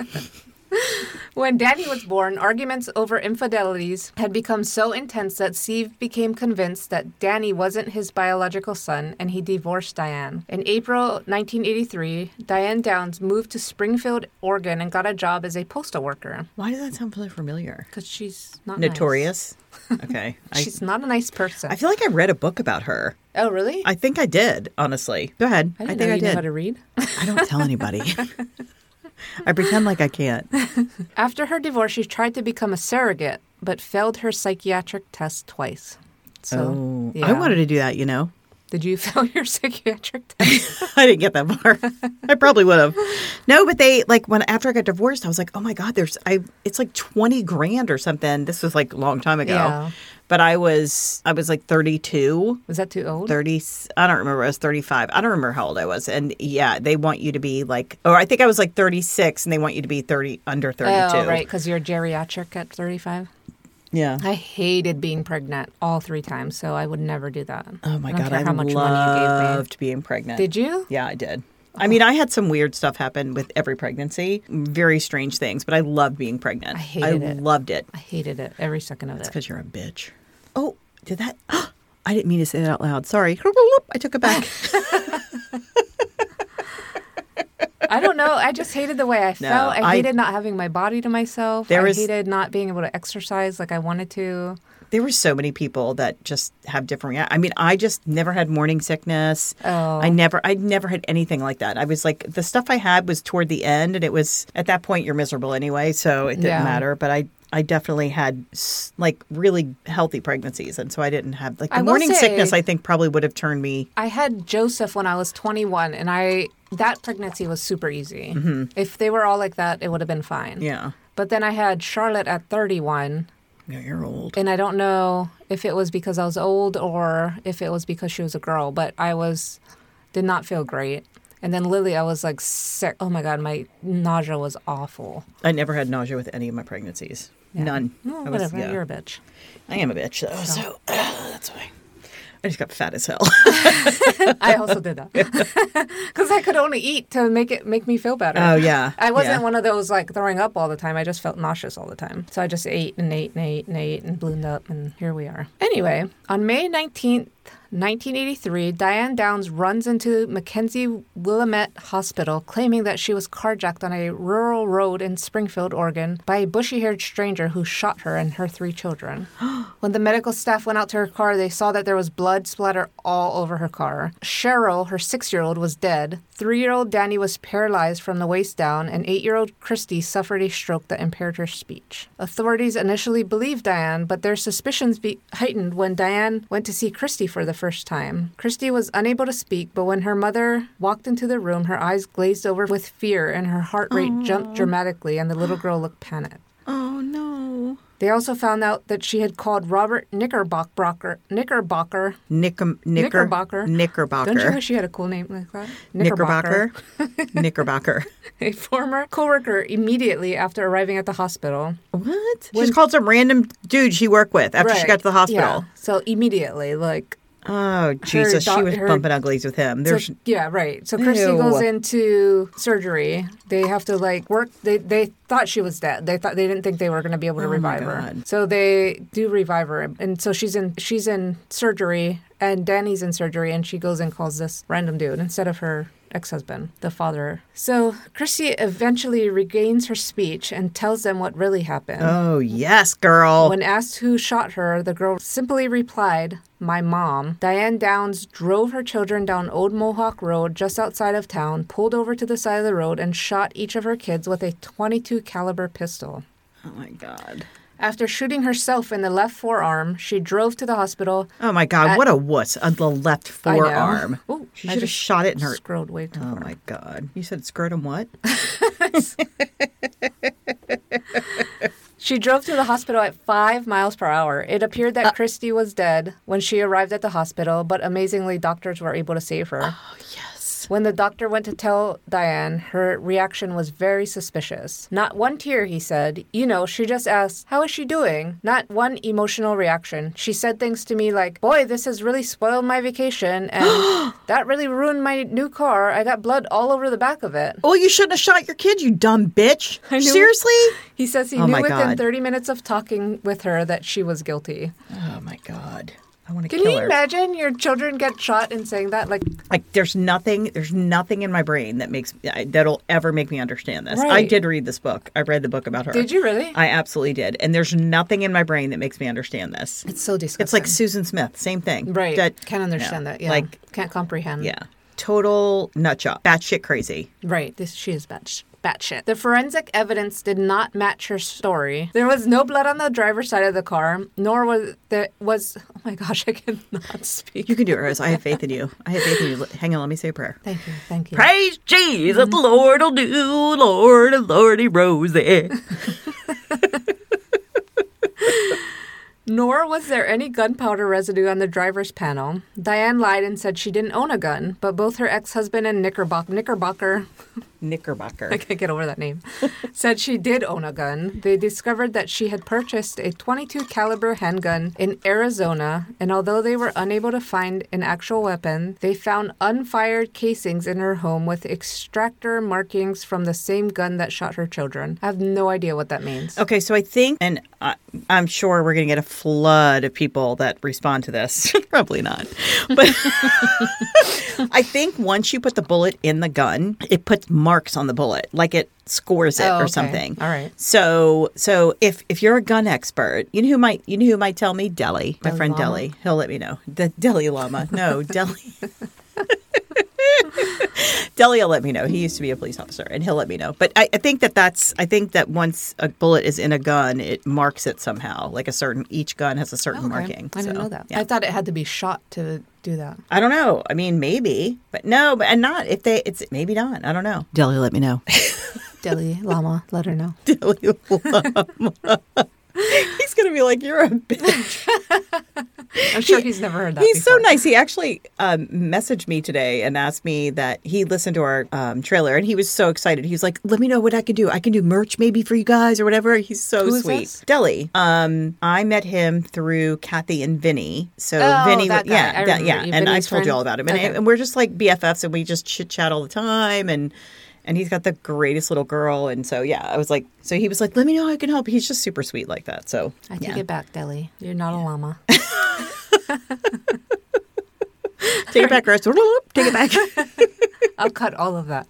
S3: When Danny was born, arguments over infidelities had become so intense that Steve became convinced that Danny wasn't his biological son and he divorced Diane. In April 1983, Diane Downs moved to Springfield, Oregon and got a job as a postal worker
S2: Why does that sound so familiar?
S3: because she's not nice.
S2: Notorious. [laughs] Okay. I,
S3: She's not a nice person.
S2: I feel like I read a book about her.
S3: oh, really?
S2: I think I did, honestly. Go ahead.
S3: I didn't
S2: think
S3: know
S2: I
S3: you
S2: did.
S3: knew how to [laughs] read.
S2: I don't tell
S3: [laughs]
S2: anybody. I pretend like I can't.
S3: After her divorce, she tried to become a surrogate, but failed her psychiatric test twice. So,
S2: oh, I wanted to do that, you know. [laughs]
S3: Did you [laughs] fail your psychiatric [laughs] test?
S2: I didn't get that far. I probably would have. No, but they like when after I got divorced, I was like, oh my god, there's I. It's like twenty grand or something. This was like a long time ago.
S3: Yeah.
S2: But I was I was like 32,
S3: Was that too old?
S2: 30 I don't remember. I was 35. I don't remember how old I was. And yeah, they want you to be like or I think I was like 36 and they want you to be 30 under 32.
S3: Oh, right, because you're geriatric at 35.
S2: Yeah.
S3: I hated being pregnant all three times, so I would never do that.
S2: Oh my
S3: I don't
S2: god,
S3: care
S2: I
S3: how much money you gave me.
S2: loved being pregnant.
S3: Did you? Oh.
S2: Yeah, I did. I mean, I had some weird stuff happen with every pregnancy, very strange things, but I loved being pregnant.
S3: I hated it.
S2: loved it.
S3: I hated it every second of it.
S2: Because you're a bitch. Oh, did
S3: [gasps]
S2: that? I didn't mean to say that out loud.
S3: [laughs]
S2: Sorry. I took it [laughs] back.
S3: I don't know. I just hated the way [laughs] I
S2: No,
S3: felt. I
S2: I-
S3: hated not having my body to myself.
S2: There
S3: I
S2: was-
S3: hated not being able to exercise like I wanted to.
S2: there were so many people that just have different. rea- I mean, I just never had morning sickness.
S3: Oh.
S2: I never, I never had anything like that. I was like, the stuff I had was toward the end, and it was at that point you're miserable anyway, so it didn't
S3: Yeah.
S2: matter. But I. I definitely had s- like really healthy pregnancies, and so I didn't have like the
S3: I will
S2: morning sickness.
S3: say-
S2: I think probably would have turned me.
S3: I had Joseph when I was 21, and I that pregnancy was super easy. If they were all like that, it would have been fine.
S2: Mm-hmm. Yeah,
S3: But then I had Charlotte at 31,
S2: yeah, you're old.
S3: and I don't know if it was because I was old or if it was because she was a girl, but I was did not feel great. And then Lily, I was like sick. Oh my god, my nausea was awful.
S2: I never had nausea with any of my pregnancies. None.
S3: Oh,
S2: I was-
S3: whatever,
S2: yeah.
S3: you're a bitch.
S2: I am a bitch though, so, [clears throat] that's why. I just got fat as hell. [laughs]
S3: [laughs] I also did that [laughs] because I could only eat to make it make me feel better.
S2: Oh, yeah.
S3: I wasn't
S2: Yeah.
S3: one of those like throwing up all the time. I just felt nauseous all the time. So I just ate and ate and ate and ate and bloomed up, and here we are. Anyway, on May nineteenth. 1983, Diane Downs runs into Mackenzie Willamette Hospital claiming that she was carjacked on a rural road in Springfield, Oregon, by a bushy haired stranger who shot her and her
S2: [gasps]
S3: three children. When the medical staff went out to her car, they saw that there was blood splatter all over her car. Cheryl, her six year old, was dead. Three year old Danny was paralyzed from the waist down, and eight year old Christy suffered a stroke that impaired her speech. Authorities initially believed Diane, but their suspicions be- heightened when Diane went to see Christy for the first time. Christy was unable to speak, but when her mother walked into the room, her eyes glazed over with fear and her heart rate jumped dramatically, and the little girl looked panicked.
S2: oh no.
S3: They also found out that she had called Robert Knickerbocker. Knickerbocker.
S2: Knicker, knicker,
S3: Knickerbocker.
S2: Knickerbocker.
S3: Don't you wish you had a cool name like that?
S2: Knickerbocker. Knickerbocker.
S3: [laughs] A former coworker immediately after arriving at the hospital.
S2: What? She's called some random dude she worked with after she got to the
S3: Yeah.
S2: hospital.
S3: So immediately, like
S2: Oh Jesus, she
S3: doc-
S2: was
S3: her-
S2: bumping uglies with him.
S3: So-
S2: There's
S3: yeah, right. So Christy
S2: Ew.
S3: goes into surgery. They have to like work. They they thought she was dead. They thought they didn't think they were going to be able to revive her.
S2: Oh God.
S3: So they do revive her, and so she's in she's in surgery, and Danny's in surgery, and she goes and calls this random dude instead of her ex-husband, the father. So Christy eventually regains her speech and tells them what really happened.
S2: oh yes, girl.
S3: When asked who shot her, the girl simply replied, My mom. Diane Downs drove her children down Old Mohawk Road just outside of town, pulled over to the side of the road, and shot each of her kids with a 22 caliber pistol.
S2: oh my god.
S3: After shooting herself in the left forearm, she drove to the hospital.
S2: Oh my god, what a wuss on the left
S3: I know.
S2: forearm.
S3: [laughs] Ooh,
S2: she
S3: I
S2: should have
S3: just
S2: shot it in her.
S3: Scrolled way too
S2: Oh
S3: far.
S2: my god. You said scrotum
S3: [laughs]
S2: what?
S3: She drove to the hospital at five miles per hour. It appeared
S2: Uh.
S3: that Christy was dead when she arrived at the hospital, but amazingly, doctors were able to save her.
S2: yes.
S3: When the doctor went to tell Diane, her reaction was very suspicious. Not one tear, he said. You know, she just asked, How is she doing? Not one emotional reaction. She said things to me like, Boy, this has really spoiled
S2: [gasps]
S3: my vacation, and that really ruined my new car. I got blood all over the back of it.
S2: Well, you shouldn't have shot your kid, you dumb bitch.
S3: I knew-
S2: Seriously?
S3: [sighs] He says he
S2: Oh
S3: knew
S2: my
S3: within
S2: God.
S3: 30 minutes of talking with her that she was guilty.
S2: Oh my god. I want to
S3: Can
S2: kill
S3: you
S2: her.
S3: imagine your children get shot and saying that? Like,
S2: Like there's nothing, there's nothing in my brain that makes I- that'll ever make me understand this. I
S3: Right.
S2: did read this book. I read the book about her.
S3: did you really?
S2: I absolutely did. And there's nothing in my brain that makes me understand this.
S3: it's so disgusting.
S2: It's like Susan Smith, same thing.
S3: right.
S2: That-
S3: Can't understand
S2: no,
S3: that. Yeah.
S2: Like
S3: can't comprehend.
S2: yeah, total nut job, batshit crazy.
S3: Right. This she is batch batshit. The forensic evidence did not match her story. There was no blood on the driver's side of the car, nor was there was oh my gosh, [laughs] I cannot speak.
S2: You can do it, Rose. I have faith in you. I have faith in you. Hang on, let me say a prayer. Mm-hmm.
S3: Thank you. Thank you.
S2: Praise Jesus, the Lord will do, Lord, Lordy Rosie.
S3: Nor was there any gunpowder residue on the driver's panel. Diane lied and said she didn't own a gun, but both her ex-husband and Knickerbocker Knickerbocker
S2: Knickerbocker.
S3: I can't get over that [laughs] name. said she did own a gun. They discovered that she had purchased a 22 caliber handgun in Arizona, and although they were unable to find an actual weapon, they found unfired casings in her home with extractor markings from the same gun that shot her children. I have no idea what that means.
S2: Okay, so I think, and I, I'm sure we're going to get a flood of people that respond to this. [laughs] Probably not. But [laughs] I think once you put the bullet in the gun, it puts marks on the bullet, like it scores it
S3: Oh,
S2: or
S3: okay.
S2: something.
S3: All right.
S2: So, so if if you're a gun expert, you know who might you know who might tell me Delhi, my
S3: Dalai
S2: friend
S3: Lama?
S2: Delhi. He'll let me know. The Delhi Lama. No, [laughs] Delhi. Delhi will let me know. He used to be a police officer, and he'll let me know. But I, I think that that's I think that once a bullet is in a gun, it marks it somehow. Like a certain each gun has a certain marking.
S3: Oh, I didn't
S2: So,
S3: know that.
S2: yeah.
S3: I thought it had to be shot to do that.
S2: I don't know. I mean, maybe, but no, but and not if they. It's maybe not. I don't know. Delhi, let me [laughs] know.
S3: Delhi Lama, let her know.
S2: Delhi, [laughs] he's gonna be like, you're a bitch.
S3: [laughs] I'm sure he's never heard that.
S2: He's so
S3: before.
S2: nice. He actually um, messaged me today and asked me that he listened to our um, trailer and he was so excited. He was like, "Let me know what I can do. I can do merch maybe for you guys or whatever." He's so
S3: Who is
S2: sweet.
S3: this?
S2: Deli. Um, I met him through Kathy and Vinny. So
S3: Oh,
S2: Vinny,
S3: that
S2: was- yeah, that-
S3: guy. I remember
S2: yeah,
S3: you.
S2: and I
S3: Vinny's
S2: told you
S3: friend.
S2: all about him. And,
S3: Okay.
S2: and we're just like BFFs and we just chit chat all the time and. And he's got the greatest little girl, and so yeah, I was like, so he was like, "Let me know how I can help." He's just super sweet like that. So
S3: I take
S2: yeah.
S3: it back, Delhi. You're not a llama.
S2: Take it back, Chris. Take it back.
S3: I'll cut all of that.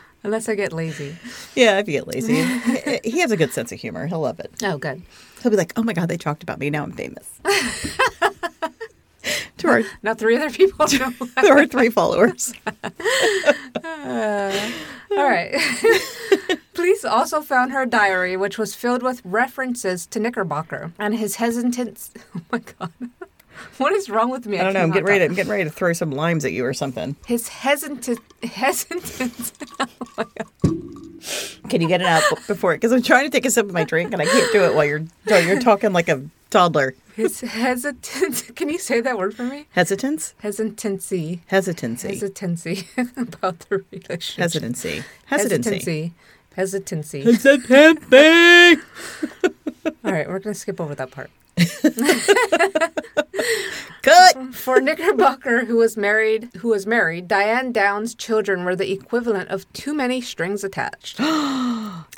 S3: [laughs] Unless I get lazy.
S2: Yeah, if you get [laughs] lazy. He- he has a good sense of humor. He'll love it.
S3: Oh, good.
S2: He'll be like, oh my God, they talked about me. Now I'm [laughs] famous. to, our,
S3: Now three
S2: [laughs]
S3: other people. [laughs] know.
S2: to our three [laughs] followers.
S3: All right. [laughs] Police also found her diary, which was filled with references to Knickerbocker and his hesitant. [laughs] Oh my god. What is wrong with me?
S2: I don't know. I'm getting,
S3: cannot
S2: ready to,
S3: talk.
S2: I'm getting ready to throw some limes at you or something.
S3: His hesitant, hesitant.
S2: Can you get it out b- before it? Because I'm trying to take a sip of my drink and I can't do it while you're, while you're talking like a toddler.
S3: His hesitant. [laughs] Can you say that word for me?
S2: Hesitance?
S3: Hesitancy.
S2: Hesitancy.
S3: Hesitancy [laughs] about the relationship.
S2: Hesitancy. Hesitancy.
S3: Hesitancy. Hesitancy.
S2: Hesitancy.
S3: All right, we're going to skip over that part.
S2: Cut.
S3: For Knickerbocker, who was married, who was married, Diane Down's children were the equivalent of too many strings
S2: [gasps]
S3: attached.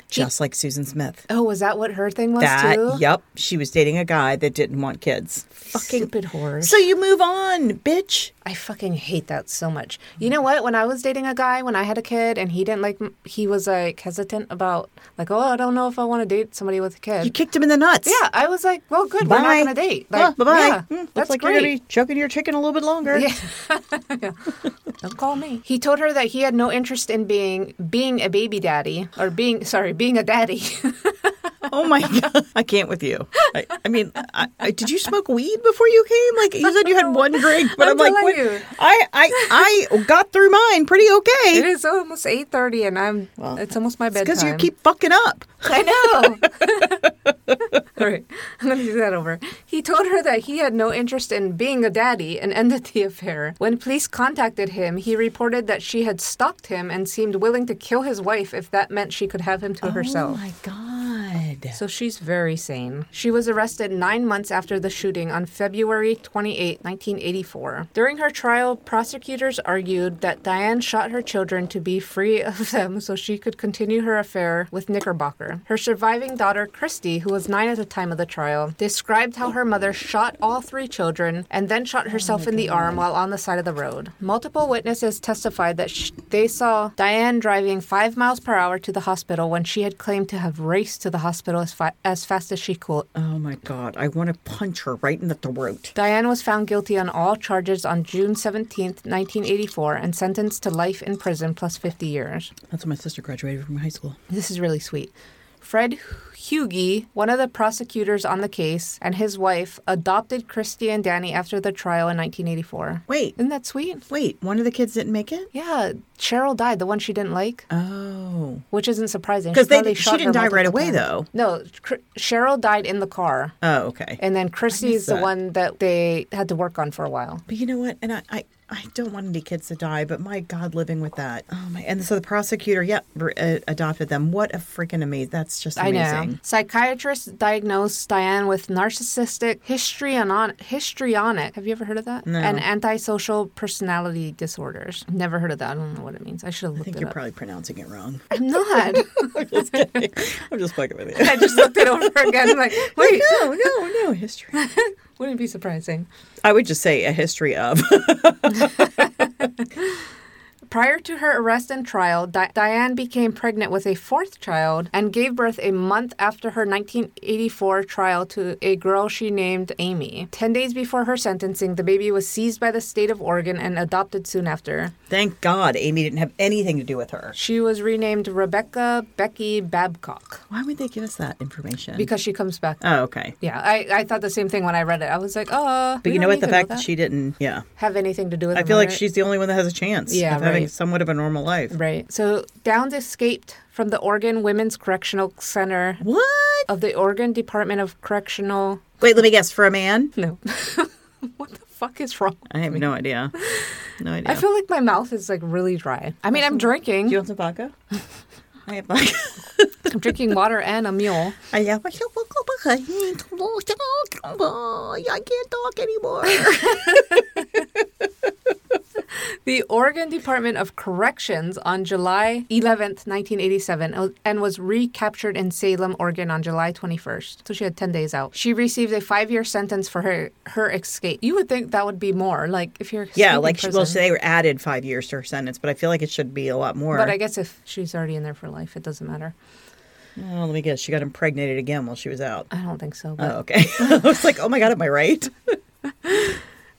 S2: Just like Susan Smith.
S3: oh, was that what her thing was
S2: That,
S3: too?
S2: yep. She was dating a guy that didn't want kids. Fucking
S3: Stupid whore.
S2: So you move on, bitch.
S3: I fucking hate that so much. You
S2: Mm.
S3: know what? When I was dating a guy when I had a kid and he didn't like m- he was like hesitant about like, "Oh, I don't know if I want to date somebody with a kid."
S2: You kicked him in the nuts.
S3: yeah, I was like, "Well, good. We're not going to date." Like,
S2: bye bye.
S3: Yeah,
S2: looks
S3: that's
S2: like
S3: great.
S2: you're gonna be choking your chicken a little bit longer.
S3: Yeah. [laughs] Don't call me. He told her that he had no interest in being being a baby daddy or being sorry, being a daddy.
S2: Oh my [laughs] god, I can't with you. I, I mean, I, I, did you smoke weed before you came? Like you said,
S3: [laughs]
S2: you had one drink, but I'm,
S3: I'm
S2: like,
S3: telling
S2: what-
S3: you.
S2: I, I, I got through mine pretty
S3: [laughs] it
S2: okay.
S3: is almost eight thirty, and I'm. it's almost my bedtime.
S2: Because you keep fucking up.
S3: [laughs] I know. All [laughs] right, [laughs] I'm gonna do that over. He told her that he had no interest in being a daddy and ended the affair. When police contacted him, he reported that she had Oh stalked him and seemed willing to kill his wife if that meant she could have him to herself.
S2: my Oh god. good.
S3: So she's very sane. She was arrested nine months after the shooting on February 28, 1984. During her trial, prosecutors argued that Diane shot her children to be free of them so she could continue her affair with Knickerbocker. Her surviving daughter, Christy, who was nine at the time of the trial, described how her mother shot all three children and then shot herself in the arm while on the side of the road. Multiple witnesses testified that sh- they saw Diane driving five miles per hour to the hospital when she had claimed to have raced to the hospital as, fa- as fast as she could.
S2: Oh my God. I want to punch her right in the throat.
S3: Diane was found guilty on all charges on June 17, 1984, and sentenced to life in prison plus 50 years.
S2: That's when my sister graduated from high school.
S3: This is really sweet. Fred Hughie, one of the prosecutors on the case, and his wife adopted Christy and Danny after the trial in 1984.
S2: Wait.
S3: Isn't that sweet?
S2: Wait, one of the kids didn't make it?
S3: Yeah, Cheryl died, the one she didn't like,
S2: Oh.
S3: which isn't surprising.
S2: Because they,
S3: probably
S2: she
S3: shot her
S2: didn't die right
S3: multiple
S2: away,
S3: times.
S2: though.
S3: No, Cr- Cheryl died in the car.
S2: Oh, okay.
S3: And then Christy is the
S2: that.
S3: one that they had to work on for a while.
S2: But you know what? And I, I, I don't want any kids to die, but my God, living with that. Oh my! And so the prosecutor, yep, re- uh, adopted them. What a freaking amazing! That's just amazing.
S3: I know. Psychiatrists diagnosed Diane with narcissistic histrionic. histrionic. Have you ever heard of that?
S2: No.
S3: And antisocial personality disorders. Never heard of that. I don't know what it means. I should have
S2: I
S3: looked
S2: think
S3: it
S2: you're
S3: up.
S2: probably pronouncing it
S3: [laughs]
S2: wrong. [laughs]
S3: I'm not.
S2: I'm just fucking with
S3: [laughs]
S2: you. [laughs]
S3: I just looked it over again. I'm like, wait,
S2: No, no, no. History.
S3: wouldn't it be surprising.
S2: I would just say a history of. [laughs]
S3: Prior to her arrest and trial, Di- Diane became pregnant with a fourth child and gave birth a month after her 1984 trial to a girl she named Amy. Ten days before her sentencing, the baby was seized by the state of Oregon and adopted soon after.
S2: Thank God, Amy didn't have anything to do with her.
S3: She was renamed Rebecca Becky Babcock
S2: Why would they give us that information?
S3: because she comes back.
S2: Oh, okay.
S3: yeah, I, I thought the same thing when I read it. I was like, oh,
S2: But you know what? The fact that. she didn't. Yeah.
S3: have anything to do with
S2: I
S3: the
S2: feel like
S3: murder-
S2: she's the only one that has a chance
S3: Yeah,
S2: of having
S3: right.
S2: somewhat of a normal life.
S3: right. So Downs escaped from the Oregon Women's Correctional Center
S2: What?
S3: of the Oregon Department of Correctional.
S2: Wait, let me guess. For a man?
S3: No. [laughs] what the fuck is wrong?
S2: I have no [laughs] idea. No idea.
S3: I feel like my mouth is like really dry. I [laughs] mean, I'm
S2: Do you
S3: drinking.
S2: want some vodka? [laughs] I have vodka.
S3: I'm drinking water and a mule.
S2: [laughs] I have vodka. I can't talk anymore.
S3: The Oregon Department of Corrections on July 11th, 1987, o- uh, and was recaptured in Salem, Oregon on July 21st. So she had 10 days out. She received a five year sentence for her, her escape. You would think that would be more, like if you're. escaping
S2: [laughs] Yeah, like she, well,
S3: prison.
S2: they were added five years to her sentence, but I feel like it should be a lot more.
S3: But I guess if she's already in there for life, it doesn't matter.
S2: oh, let me guess. She got impregnated again while she was out.
S3: I don't think so. But
S2: Oh, okay. [laughs] I was like, oh my god, am I right?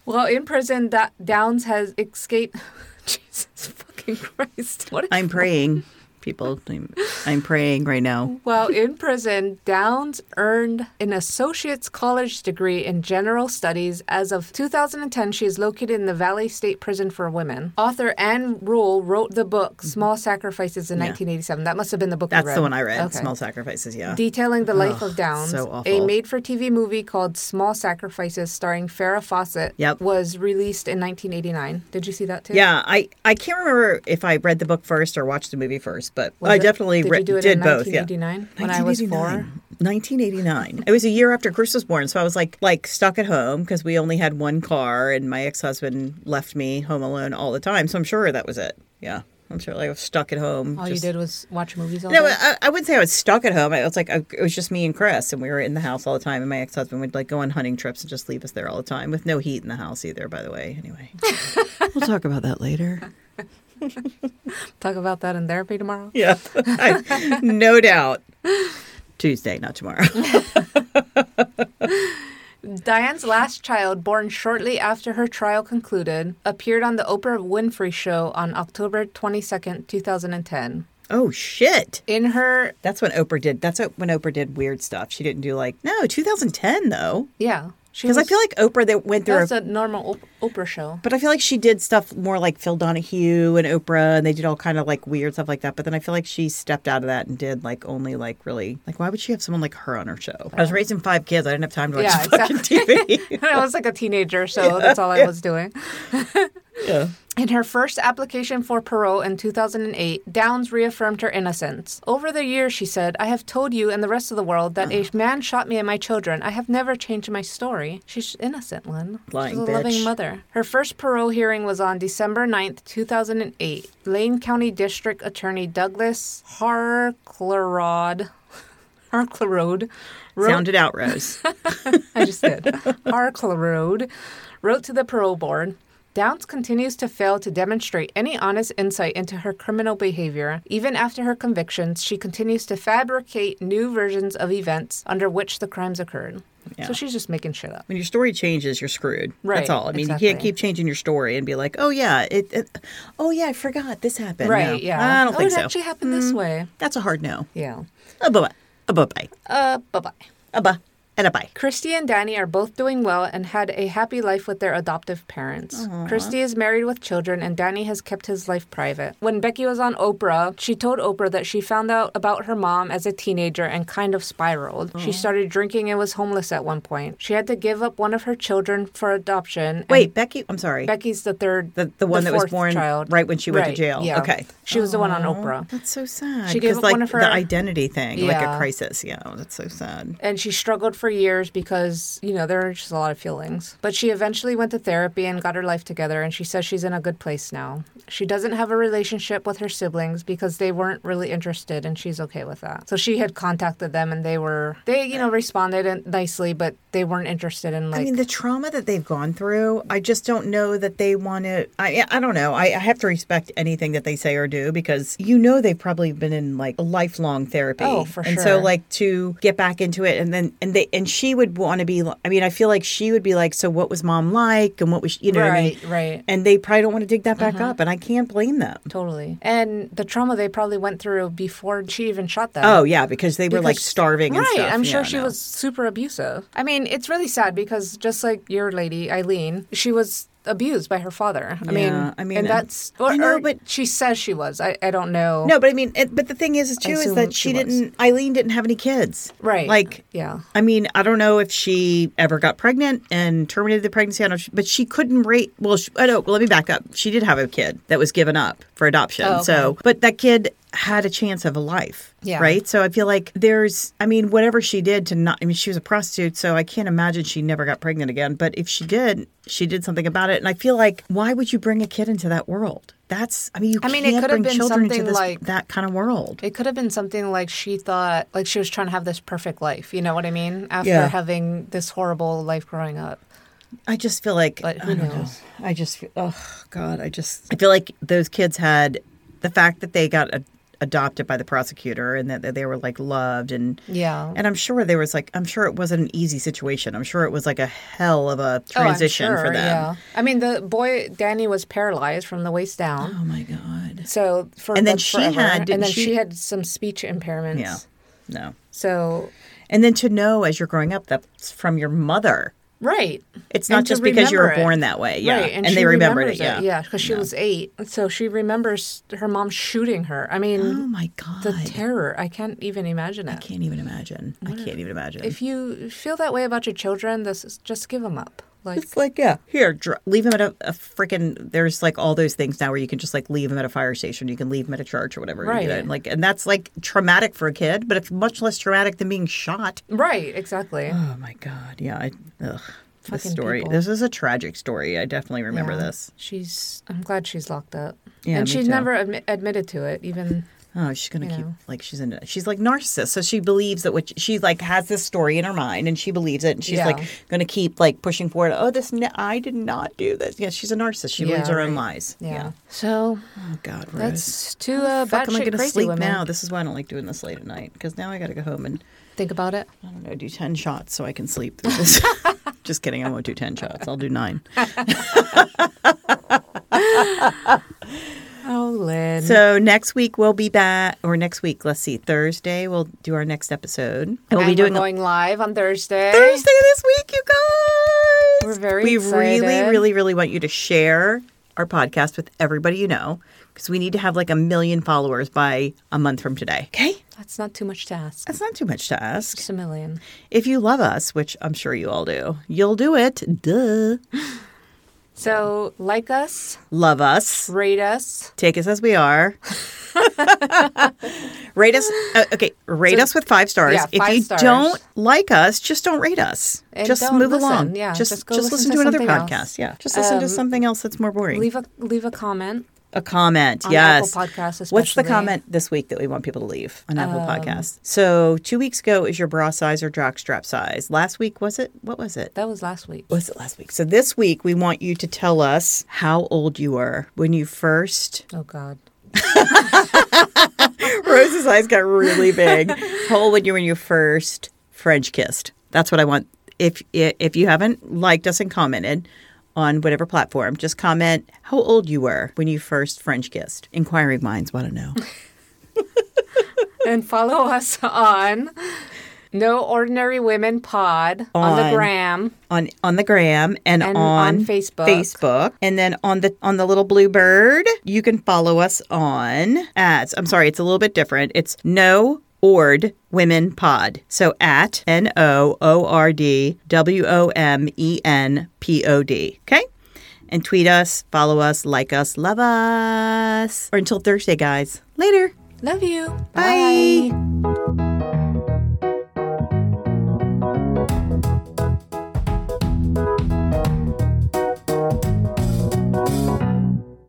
S3: Well, in prison, da- Downs has escaped. [laughs] Jesus fucking Christ! What?
S2: I'm praying, people. I'm, I'm praying right now.
S3: Well, in prison, Downs earned an associate's college degree in general studies. As of 2010, she is located in the Valley State Prison for Women. Author Anne Rule wrote the book Small Sacrifices in
S2: Mm-hmm. Yeah.
S3: 1987. That must have been the book you
S2: That's
S3: read.
S2: the one I read.
S3: Okay.
S2: Small sacrifices. Yeah.
S3: Detailing the life
S2: Ugh,
S3: of Downs,
S2: so awful.
S3: a made-for-TV movie called Small Sacrifices, starring Farrah Fawcett,
S2: Yep.
S3: was released in 1989. Did you see that too?
S2: Yeah, I, I can't remember if I read the book first or watched the movie first, but
S3: Was
S2: I
S3: it-
S2: definitely
S3: did
S2: re-
S3: you do it
S2: did
S3: in
S2: both. Yeah.
S3: 1989 when I was four.
S2: 1989. it was a year after Chris was born, so I was like like stuck at home because we only had one car, and my ex husband left me home alone all the time. So I'm sure that was it. Yeah, I'm sure like, I was stuck at home.
S3: All
S2: just-
S3: Oh, you did was watch movies all
S2: No, uh,
S3: day.
S2: I, I wouldn't say I was stuck at home. I was like, I, it was just me and Chris, and we were in the house all the time. And my ex husband would like go on hunting trips and just leave us there all the time with no heat in the house either. By the way, anyway, [laughs] we'll talk about that later.
S3: Talk about that in therapy tomorrow.
S2: Yeah, I- no doubt. Tuesday, not tomorrow. [laughs]
S3: Diane's last child, born shortly after her trial concluded, appeared on the Oprah Winfrey Show on October 22nd, 2010.
S2: oh shit!
S3: In her,
S2: That's when Oprah did. That's when Oprah did weird stuff. She didn't do like no 2010 though,
S3: yeah, she
S2: because I feel like Oprah that went through.
S3: that's
S2: a-
S3: a normal Op- Oprah show. [laughs]
S2: but I feel like she did stuff more like Phil Donahue and Oprah, and they did all kind of like weird stuff like that. But then I feel like she stepped out of that and did like only like really like why would she have someone like her on her show? I was raising five kids. I didn't have time to watch
S3: Yeah,
S2: [laughs] fucking TV. [laughs]
S3: I was like a teenager, so that's all I was doing.
S2: yeah.
S3: In her first application for parole in 2008, Downs reaffirmed her innocence. Over the years, she said, I have told you and the rest of the world that a man shot me and my children. I have never changed my story. She's innocent, Lynn.
S2: Lying
S3: She's a
S2: bitch.
S3: loving mother. Her first parole hearing was on December 9th, 2008. Lane County District Attorney Douglas Harclerod. [laughs] Harclerod. wrote-
S2: Sound it out, Rose.
S3: I
S2: [laughs]
S3: just did. Arkle Road wrote to the parole board. Downs continues to fail to demonstrate any honest insight into her criminal behavior. Even after her convictions, she continues to fabricate new versions of events under which the crimes occurred.
S2: Yeah.
S3: So she's just making shit up.
S2: when your story changes, you're screwed. That's
S3: Right,
S2: all. I mean, you can't
S3: exactly.
S2: keep changing your story and be like, oh, yeah, it, it oh, yeah, I forgot this happened. No.
S3: Right, yeah.
S2: I don't
S3: oh,
S2: think
S3: it
S2: so. Hmm.
S3: actually happened this way.
S2: That's a hard no.
S3: Yeah.
S2: A bye a bye.
S3: Uh, bye bye.
S2: A bye. And a bye.
S3: Christy and Danny are both doing well and had a happy life with their adoptive parents. Christy is married with children, and Danny has kept his life private. When Becky was on Oprah, she told Oprah that she found out about her mom as a teenager and kind of spiraled. She started drinking and was homeless at one point. She had to give up one of her children for adoption. and
S2: Wait, Becky, I'm sorry.
S3: Becky's the third,
S2: the, the one that was
S3: fourth
S2: born
S3: child.
S2: right when she went to
S3: Right,
S2: jail.
S3: yeah.
S2: Okay.
S3: she was the one on Oprah.
S2: That's so sad.
S3: She gave
S2: 'Cause,
S3: up
S2: like
S3: one of her-
S2: the identity thing, like a
S3: Yeah.
S2: crisis. Yeah, that's so sad.
S3: and she struggled for years because you know there are just a lot of feelings but she eventually went to therapy and got her life together and she says she's in a good place now she doesn't have a relationship with her siblings because they weren't really interested and she's okay with that so she had contacted them and they were they you know responded and- nicely but they weren't interested in like
S2: I mean, the trauma that they've gone through, I just don't know that they want to. I, I don't know. I, I have to respect anything that they say or do because you know they've probably been in like lifelong therapy.
S3: Oh, for
S2: And so,
S3: sure.
S2: like, to get back into it and then, and they, and she would want to be, li- I mean, I feel like she would be like, so what was mom like? And what was, she-" you know what I mean?
S3: Right, Mm-hmm. right.
S2: And they probably don't want to dig that back up. And I can't blame them.
S3: totally and the trauma they probably went through before she even shot them
S2: Oh, yeah, because they were like
S3: Because-
S2: starving and
S3: right,
S2: stuff.
S3: I'm sure
S2: Yeah,
S3: she
S2: no.
S3: was super abusive. I mean, it's really sad because just like your lady Eileen, she was abused by her father.
S2: Yeah,
S3: I mean,
S2: I mean,
S3: and
S2: uh,
S3: that's or,
S2: I know,
S3: or
S2: but-
S3: she says she was. I, I don't know.
S2: No, but I mean, it, but the thing is, is too, is
S3: assume
S2: that
S3: she
S2: she,
S3: was.
S2: didn't. Eileen didn't have any kids,
S3: right?
S2: Like,
S3: yeah,
S2: I mean, I don't know if she ever got pregnant and terminated the pregnancy. I don't, but she couldn't rate. Well, she, I don't. Let me back up. She did have a kid that was given up for adoption.
S3: Oh, okay.
S2: So, but that kid had a chance of a life.
S3: Yeah.
S2: Right. So I feel like there's. I mean, whatever she did to not. I mean, she was a prostitute, so I can't imagine she never got pregnant again. But if she did, she did something about it. And I feel like, why would you bring a kid into that world? That's. I mean, you
S3: I mean, it
S2: can't
S3: could have
S2: bring
S3: been
S2: children into
S3: something
S2: this,
S3: like-
S2: that kind of world.
S3: it could have been something like she thought, like she was trying to have this perfect life. You know what I mean? After
S2: Yeah.
S3: having this horrible life growing up,
S2: I just feel like
S3: But who
S2: I don't know.
S3: knows?
S2: I just feel, oh god, I just I feel like those kids had the fact that they got a, adopted by the prosecutor and that, that they were like loved and
S3: yeah.
S2: and I'm sure there was like I'm sure it wasn't an easy situation. I'm sure it was like a hell of a
S3: Oh, I'm
S2: transition for
S3: sure,
S2: them.
S3: Yeah. I mean, the boy Danny was paralyzed from the waist down.
S2: Oh my god.
S3: So for
S2: And then
S3: that's
S2: she
S3: forever.
S2: had- didn't
S3: and then
S2: she-
S3: she, had some speech impairments.
S2: Yeah. No.
S3: So
S2: And then to know as you're growing up that's from your mother.
S3: right.
S2: It's
S3: And
S2: not
S3: to
S2: just because you were
S3: remember it.
S2: born that way. Yeah.
S3: Right. And,
S2: they
S3: she
S2: remembered
S3: remembers
S2: it. Yeah.
S3: Yeah, because she was eight. So she remembers her mom shooting her. I mean
S2: Oh my god.
S3: the terror. I can't even imagine it.
S2: I can't even imagine. I can't even imagine.
S3: If you feel that way about your children, this is, just give them up. Like
S2: It's like, yeah, here, dr- leave them at a, a freaking. There's like all those things now where you can just like leave them at a fire station, you can leave them at a church or whatever. You
S3: Right.
S2: know, and like, and that's like traumatic for a kid, but it's much less traumatic than being shot.
S3: right, exactly.
S2: Oh my god, yeah, I, ugh, this
S3: Fucking
S2: story.
S3: people.
S2: This is a tragic story. I definitely remember
S3: Yeah.
S2: this.
S3: She's. I'm glad she's locked up.
S2: Yeah,
S3: and
S2: me
S3: she's
S2: too.
S3: never admi- admitted to it. Even
S2: Oh, she's gonna keep
S3: Yeah.
S2: like she's in. She's like narcissist, so she believes that what she- she like has this story in her mind, and she believes it, and she's
S3: Yeah.
S2: like gonna keep like pushing forward. Oh, this n I I did not do this. Yeah, she's a narcissist. She believes
S3: Yeah,
S2: her own
S3: right.
S2: lies.
S3: yeah. So
S2: Oh God, Rose.
S3: that's two uh,
S2: fuck am I
S3: batshit
S2: gonna
S3: crazy
S2: sleep
S3: women.
S2: now? This is why I don't like doing this late at night because now I got to go home and
S3: Think about it.
S2: I don't know, do ten shots so I can sleep through this.
S3: [laughs]
S2: Just kidding, I won't do ten shots. I'll do nine.
S3: Oh, Lynn.
S2: So next week we'll be back, or next week, let's see, Thursday we'll do our next episode, and we'll be
S3: And we're
S2: doing a
S3: going live on Thursday.
S2: Thursday this week, you guys.
S3: We're very
S2: We really,
S3: excited.
S2: really, really want you to share our podcast with everybody you know because we need to have like a million followers by a month from today. Okay,
S3: That's not too much to ask.
S2: that's not too much to ask.
S3: Just a million.
S2: If you love us, which I'm sure you all do, you'll do it. Duh.
S3: So like us,
S2: Love us.
S3: rate us.
S2: Take us as we are. [laughs] rate us. uh, okay, rate us with five stars.
S3: yeah,
S2: if
S3: five
S2: you
S3: stars.
S2: don't like us, just don't rate us.
S3: And
S2: just
S3: don't
S2: move
S3: listen.
S2: along.
S3: Yeah,
S2: just
S3: just go
S2: listen,
S3: listen
S2: to,
S3: to
S2: another
S3: something
S2: podcast.
S3: else. Um,
S2: Yeah, just listen to something else that's more boring.
S3: Leave a leave a comment.
S2: a comment.
S3: on
S2: yes.
S3: Apple Podcasts
S2: What's the
S3: especially. Um,
S2: comment this week that we want people to leave on Apple Podcasts? So two weeks ago is your bra size or jock strap size. Last week was it? What was it?
S3: That was last week.
S2: was it last week? So this week we want you to tell us how old you were when you first.
S3: Oh God.
S2: Rose's eyes got really big. How old were you when you first French kissed? That's what I want. If if you haven't liked us and commented on whatever platform, just comment how old you were when you first French kissed. Inquiring minds want to know.
S3: and follow us on No Ordinary Women Pod on,
S2: On.
S3: the gram.
S2: on on the gram and,
S3: And
S2: on,
S3: on Facebook.
S2: Facebook, and then on the on the little blue bird, you can follow us on at. I'm sorry, it's a little bit different. It's no ord women pod. So at n o o r d w o m e n p o d. Okay. And tweet us, follow us, like us, love us. Or until Thursday, guys. Later.
S3: Love you.
S2: Bye.